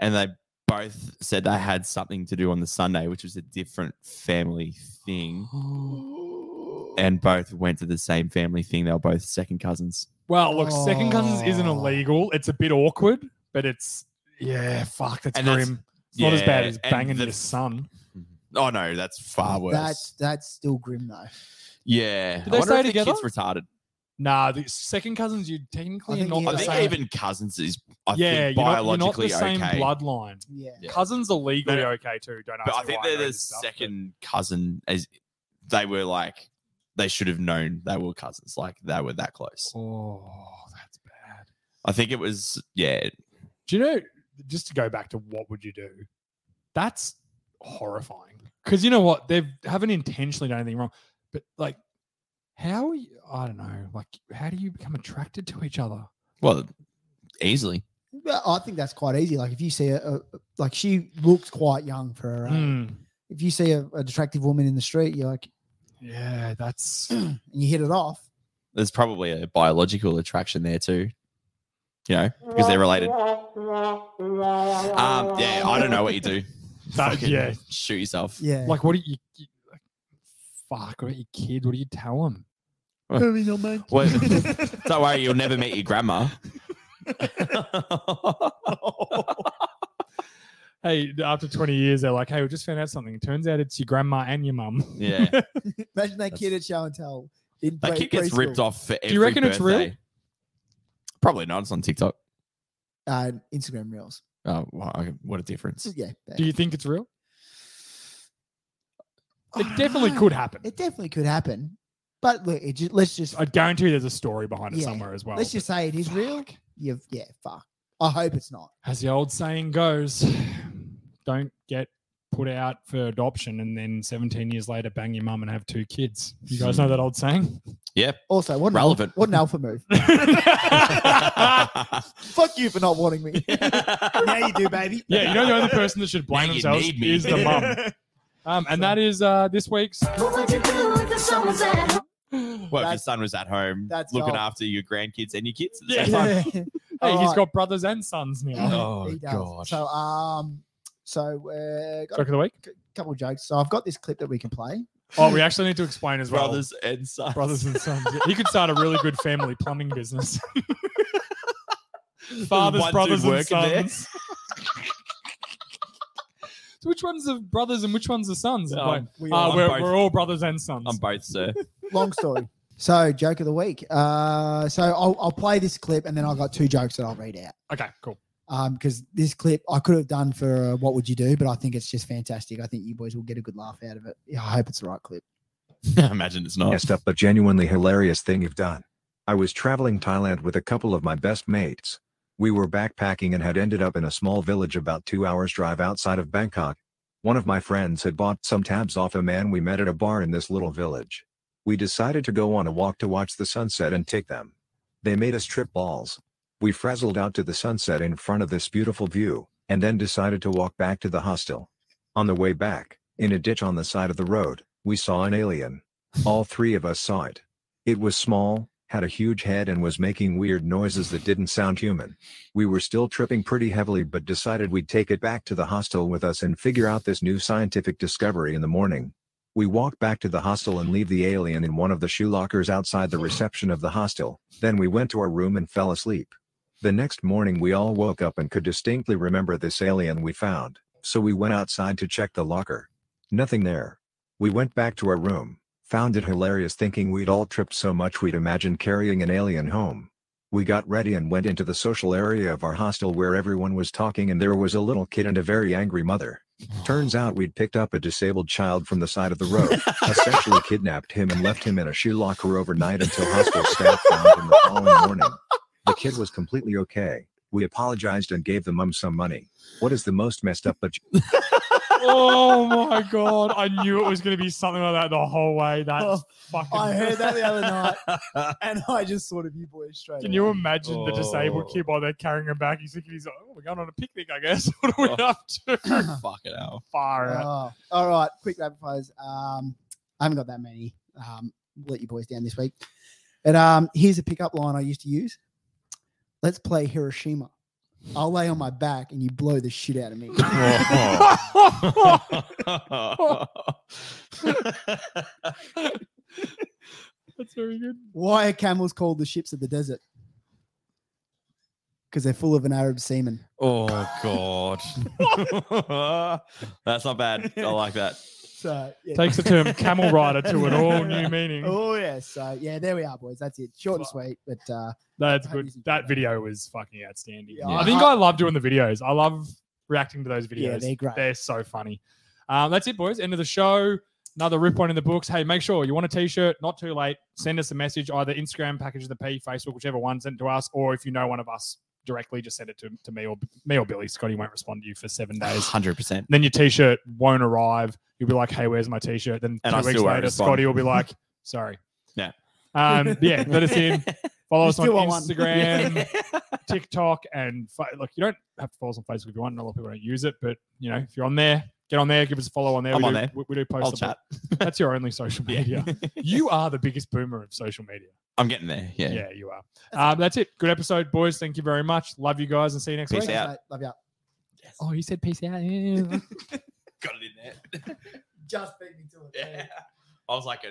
[SPEAKER 3] and they both said they had something to do on the Sunday, which was a different family thing. And both went to the same family thing. They were both second cousins.
[SPEAKER 1] Well, look, second cousins isn't
[SPEAKER 2] Oh.
[SPEAKER 1] illegal. It's a bit awkward, but it's yeah. Fuck, that's
[SPEAKER 3] And that's-
[SPEAKER 1] grim. it's not as bad
[SPEAKER 3] Yeah,
[SPEAKER 1] as
[SPEAKER 3] and
[SPEAKER 1] banging
[SPEAKER 3] the-
[SPEAKER 1] your son.
[SPEAKER 3] Oh no, that's far worse.
[SPEAKER 2] That's that's still grim though.
[SPEAKER 3] yeah.
[SPEAKER 1] Did
[SPEAKER 3] I
[SPEAKER 1] they
[SPEAKER 3] wonder
[SPEAKER 1] stay
[SPEAKER 3] if the
[SPEAKER 1] together?
[SPEAKER 3] kid's retarded.
[SPEAKER 1] Nah, the second cousins you technically
[SPEAKER 2] I
[SPEAKER 1] are
[SPEAKER 2] think
[SPEAKER 1] not
[SPEAKER 2] he-
[SPEAKER 3] I
[SPEAKER 1] the
[SPEAKER 3] think
[SPEAKER 1] same.
[SPEAKER 3] even cousins is I
[SPEAKER 1] yeah,
[SPEAKER 3] think
[SPEAKER 1] you're not- you're not
[SPEAKER 3] biologically
[SPEAKER 1] the same
[SPEAKER 3] okay.
[SPEAKER 1] bloodline.
[SPEAKER 2] Yeah.
[SPEAKER 3] Yeah.
[SPEAKER 1] Cousins are legally
[SPEAKER 3] No, no.
[SPEAKER 1] okay too. Don't ask
[SPEAKER 3] but I
[SPEAKER 1] me
[SPEAKER 3] think
[SPEAKER 1] why
[SPEAKER 3] they're
[SPEAKER 1] know
[SPEAKER 3] the
[SPEAKER 1] this stuff, but-
[SPEAKER 3] second cousin as they were like they should have known they were cousins. Like they were that close.
[SPEAKER 1] Oh, that's bad.
[SPEAKER 3] I think it was yeah.
[SPEAKER 1] Do you know? Just to go back to what would you do? That's horrifying. Because you know what? They haven't intentionally done anything wrong, but like, how are you? I don't know. Like, how do you become attracted to each other?
[SPEAKER 3] Well, easily.
[SPEAKER 2] Well, I think that's quite easy. Like if you see a, a like she looks quite young for her. age.
[SPEAKER 3] Hmm.
[SPEAKER 1] Hmm.
[SPEAKER 2] If you see a, an attractive woman in the street, you're like,
[SPEAKER 1] yeah, that's
[SPEAKER 2] and you hit it off.
[SPEAKER 3] There's probably a biological attraction there too. you know, because they're related. Um, yeah, I don't know what you do.
[SPEAKER 1] That-
[SPEAKER 3] Fucking
[SPEAKER 1] yeah.
[SPEAKER 3] shoot yourself.
[SPEAKER 2] Yeah.
[SPEAKER 1] Like, what do you, you like, fuck? What about your kid? What do you tell him?
[SPEAKER 3] Well, don't worry, you'll never meet your grandma.
[SPEAKER 1] Hey, after 20 years, they're like, hey, we just found out something. It turns out it's your grandma and your mum.
[SPEAKER 3] Yeah,
[SPEAKER 2] Imagine that kid at show and tell. In
[SPEAKER 3] that kid gets ripped off for every
[SPEAKER 1] you reckon it's real?
[SPEAKER 3] birthday. Probably not. It's on TikTok.
[SPEAKER 2] Uh, Instagram reels.
[SPEAKER 3] Oh, wow, what a difference!
[SPEAKER 2] So, yeah.
[SPEAKER 1] Do you think it's real?
[SPEAKER 2] I
[SPEAKER 1] It
[SPEAKER 2] don't
[SPEAKER 1] definitely
[SPEAKER 2] know.
[SPEAKER 1] could happen.
[SPEAKER 2] It definitely could happen. But look, it just, let's just
[SPEAKER 1] I guarantee there's a story behind it
[SPEAKER 2] Yeah.
[SPEAKER 1] somewhere as well.
[SPEAKER 2] let's just say it is real. You've yeah, fuck. I hope it's not.
[SPEAKER 1] As the old saying goes, don't get put out for adoption and then 17 years later bang your mum and have two kids. You guys know that old saying?
[SPEAKER 2] Also, what an alpha-
[SPEAKER 3] Relevant.
[SPEAKER 2] what an alpha move.
[SPEAKER 1] yeah,
[SPEAKER 2] Fuck you for not wanting me. now you do, baby.
[SPEAKER 1] you know the only person that should blame
[SPEAKER 3] Now you
[SPEAKER 1] themselves
[SPEAKER 3] need me.
[SPEAKER 1] is the mum. Um, and that is uh, this week's
[SPEAKER 4] What would you do if the sun was out?
[SPEAKER 3] Well, if your
[SPEAKER 2] That's-
[SPEAKER 3] son was at home
[SPEAKER 2] that's
[SPEAKER 3] looking
[SPEAKER 2] gold.
[SPEAKER 3] after your grandkids and your kids at the
[SPEAKER 1] Yeah.
[SPEAKER 3] same time?
[SPEAKER 1] Hey, he's
[SPEAKER 2] Alright.
[SPEAKER 1] got brothers and sons now.
[SPEAKER 3] Oh,
[SPEAKER 2] He does.
[SPEAKER 3] God.
[SPEAKER 2] So um, so uh, got
[SPEAKER 1] Joke of the week.
[SPEAKER 2] a couple of jokes. So I've got this clip that we can play.
[SPEAKER 1] Oh, we actually need to explain as well.
[SPEAKER 3] brothers and sons.
[SPEAKER 1] brothers and sons. Yeah, He could start a really good family plumbing business. Fathers,
[SPEAKER 3] One dude
[SPEAKER 1] brothers, and
[SPEAKER 3] working there.
[SPEAKER 1] sons. so which ones are brothers and which ones are sons?
[SPEAKER 3] Um,
[SPEAKER 1] Like,
[SPEAKER 2] We Um,
[SPEAKER 1] uh,
[SPEAKER 3] I'm
[SPEAKER 1] we're,
[SPEAKER 3] both-
[SPEAKER 1] we're all brothers and sons.
[SPEAKER 3] I'm both, sir.
[SPEAKER 2] long story. So joke of the week. Uh, so I'll, I'll play this clip and then I've got two jokes that I'll read out.
[SPEAKER 1] okay, cool.
[SPEAKER 2] Um, because this clip I could have done for uh, what would you do, but I think it's just fantastic. I think you boys will get a good laugh out of it. Yeah, I hope it's the right clip.
[SPEAKER 3] Imagine it's not.
[SPEAKER 8] messed up but genuinely hilarious thing you've done. I was traveling Thailand with a couple of my best mates. We were backpacking and had ended up in a small village about two hours drive outside of Bangkok. One of my friends had bought some tabs off a man we met at a bar in this little village. We decided to go on a walk to watch the sunset and take them. They made us trip balls. We frazzled out to the sunset in front of this beautiful view, and then decided to walk back to the hostel. On the way back, in a ditch on the side of the road, we saw an alien. All three of us saw it. It was small, had a huge head, and was making weird noises that didn't sound human. We were still tripping pretty heavily, but decided we'd take it back to the hostel with us and figure out this new scientific discovery in the morning. We walked back to the hostel and leave the alien in one of the shoe lockers outside the reception of the hostel. Then we went to our room and fell asleep. The next morning, we all woke up and could distinctly remember this alien we found, so we went outside to check the locker. Nothing there. We went back to our room, found it hilarious thinking we'd all tripped so much we'd imagined carrying an alien home. We got ready and went into the social area of our hostel where everyone was talking and there was a little kid and a very angry mother. Turns out we'd picked up a disabled child from the side of the road, essentially kidnapped him and left him in a shoe locker overnight until hostel staff found him the following morning. The kid was completely okay. We apologized and gave the mum some money. What is the most messed up but
[SPEAKER 1] oh my god, I knew it was going to be something like that the whole way. That's
[SPEAKER 2] Oh,
[SPEAKER 1] fucking.
[SPEAKER 2] I heard that the other night, and I just thought of you boys straight.
[SPEAKER 1] Can
[SPEAKER 2] away.
[SPEAKER 1] you imagine the disabled
[SPEAKER 3] Oh.
[SPEAKER 1] kid while they're carrying him back? He's thinking he's like, oh, we're going on a picnic, I guess. What are we
[SPEAKER 3] Oh.
[SPEAKER 1] up to?
[SPEAKER 3] Fucking hell.
[SPEAKER 1] Far out.
[SPEAKER 2] Oh, all right, quick rapid fires. Um, I haven't got that many. Um, let you boys down this week. But um, here's a pickup line I used to use. Let's play Hiroshima. I'll lay on my back and you blow the shit out of me. Oh.
[SPEAKER 1] That's very good.
[SPEAKER 2] Why are camels called the ships of the desert? Because they're full of an Arab semen.
[SPEAKER 3] oh god. That's not bad. I like that.
[SPEAKER 2] So yeah.
[SPEAKER 1] Takes the term camel rider to an all new meaning.
[SPEAKER 2] Oh yeah, so yeah, there we are, boys. That's it. Short and sweet, but uh,
[SPEAKER 1] That's
[SPEAKER 2] That
[SPEAKER 1] good.
[SPEAKER 2] is-
[SPEAKER 1] That video was fucking outstanding.
[SPEAKER 2] Yeah,
[SPEAKER 1] I
[SPEAKER 2] I-
[SPEAKER 1] think I love doing the videos. I love reacting to those videos.
[SPEAKER 2] yeah, they're great.
[SPEAKER 1] They're so funny. Um, that's it, boys. End of the show. Another rip one in the books. Hey, make sure you want a t-shirt. Not too late. Send us a message either Instagram, package of the P, Facebook, whichever one. Send it to us, or if you know one of us directly, just send it to, to me or me or Billy. Scotty won't respond to you for seven days.
[SPEAKER 3] Hundred percent.
[SPEAKER 1] then your t-shirt won't arrive. You'll be like, "Hey, where's my t-shirt?" Then
[SPEAKER 3] And
[SPEAKER 1] two
[SPEAKER 3] I
[SPEAKER 1] weeks
[SPEAKER 3] still won't
[SPEAKER 1] later,
[SPEAKER 3] respond.
[SPEAKER 1] Scotty will be like, "Sorry."
[SPEAKER 3] Yeah.
[SPEAKER 1] Um, yeah, let us in. Follow
[SPEAKER 2] You
[SPEAKER 1] us on
[SPEAKER 2] still want one.
[SPEAKER 1] Instagram, TikTok, and fa- look, you don't have to follow us on Facebook if you want. Not a lot of people don't use it, but you know, if you're on there, Get on there, give us a follow on there.
[SPEAKER 3] I'm
[SPEAKER 1] we
[SPEAKER 3] on
[SPEAKER 1] do,
[SPEAKER 3] there.
[SPEAKER 1] We, we do post
[SPEAKER 3] I'll
[SPEAKER 1] about-
[SPEAKER 3] chat.
[SPEAKER 1] That's your only social media. you are the biggest boomer of social media.
[SPEAKER 3] I'm getting there. Yeah.
[SPEAKER 1] Yeah, you are. Um, that's it. Good episode, boys. Thank you very much. Love you guys and see you next
[SPEAKER 3] Peace
[SPEAKER 1] week.
[SPEAKER 3] out.
[SPEAKER 2] Mate, love you.
[SPEAKER 1] Oh, you said peace out. Yeah.
[SPEAKER 3] Got it in there.
[SPEAKER 2] Just beat me to it.
[SPEAKER 3] Yeah. I was like,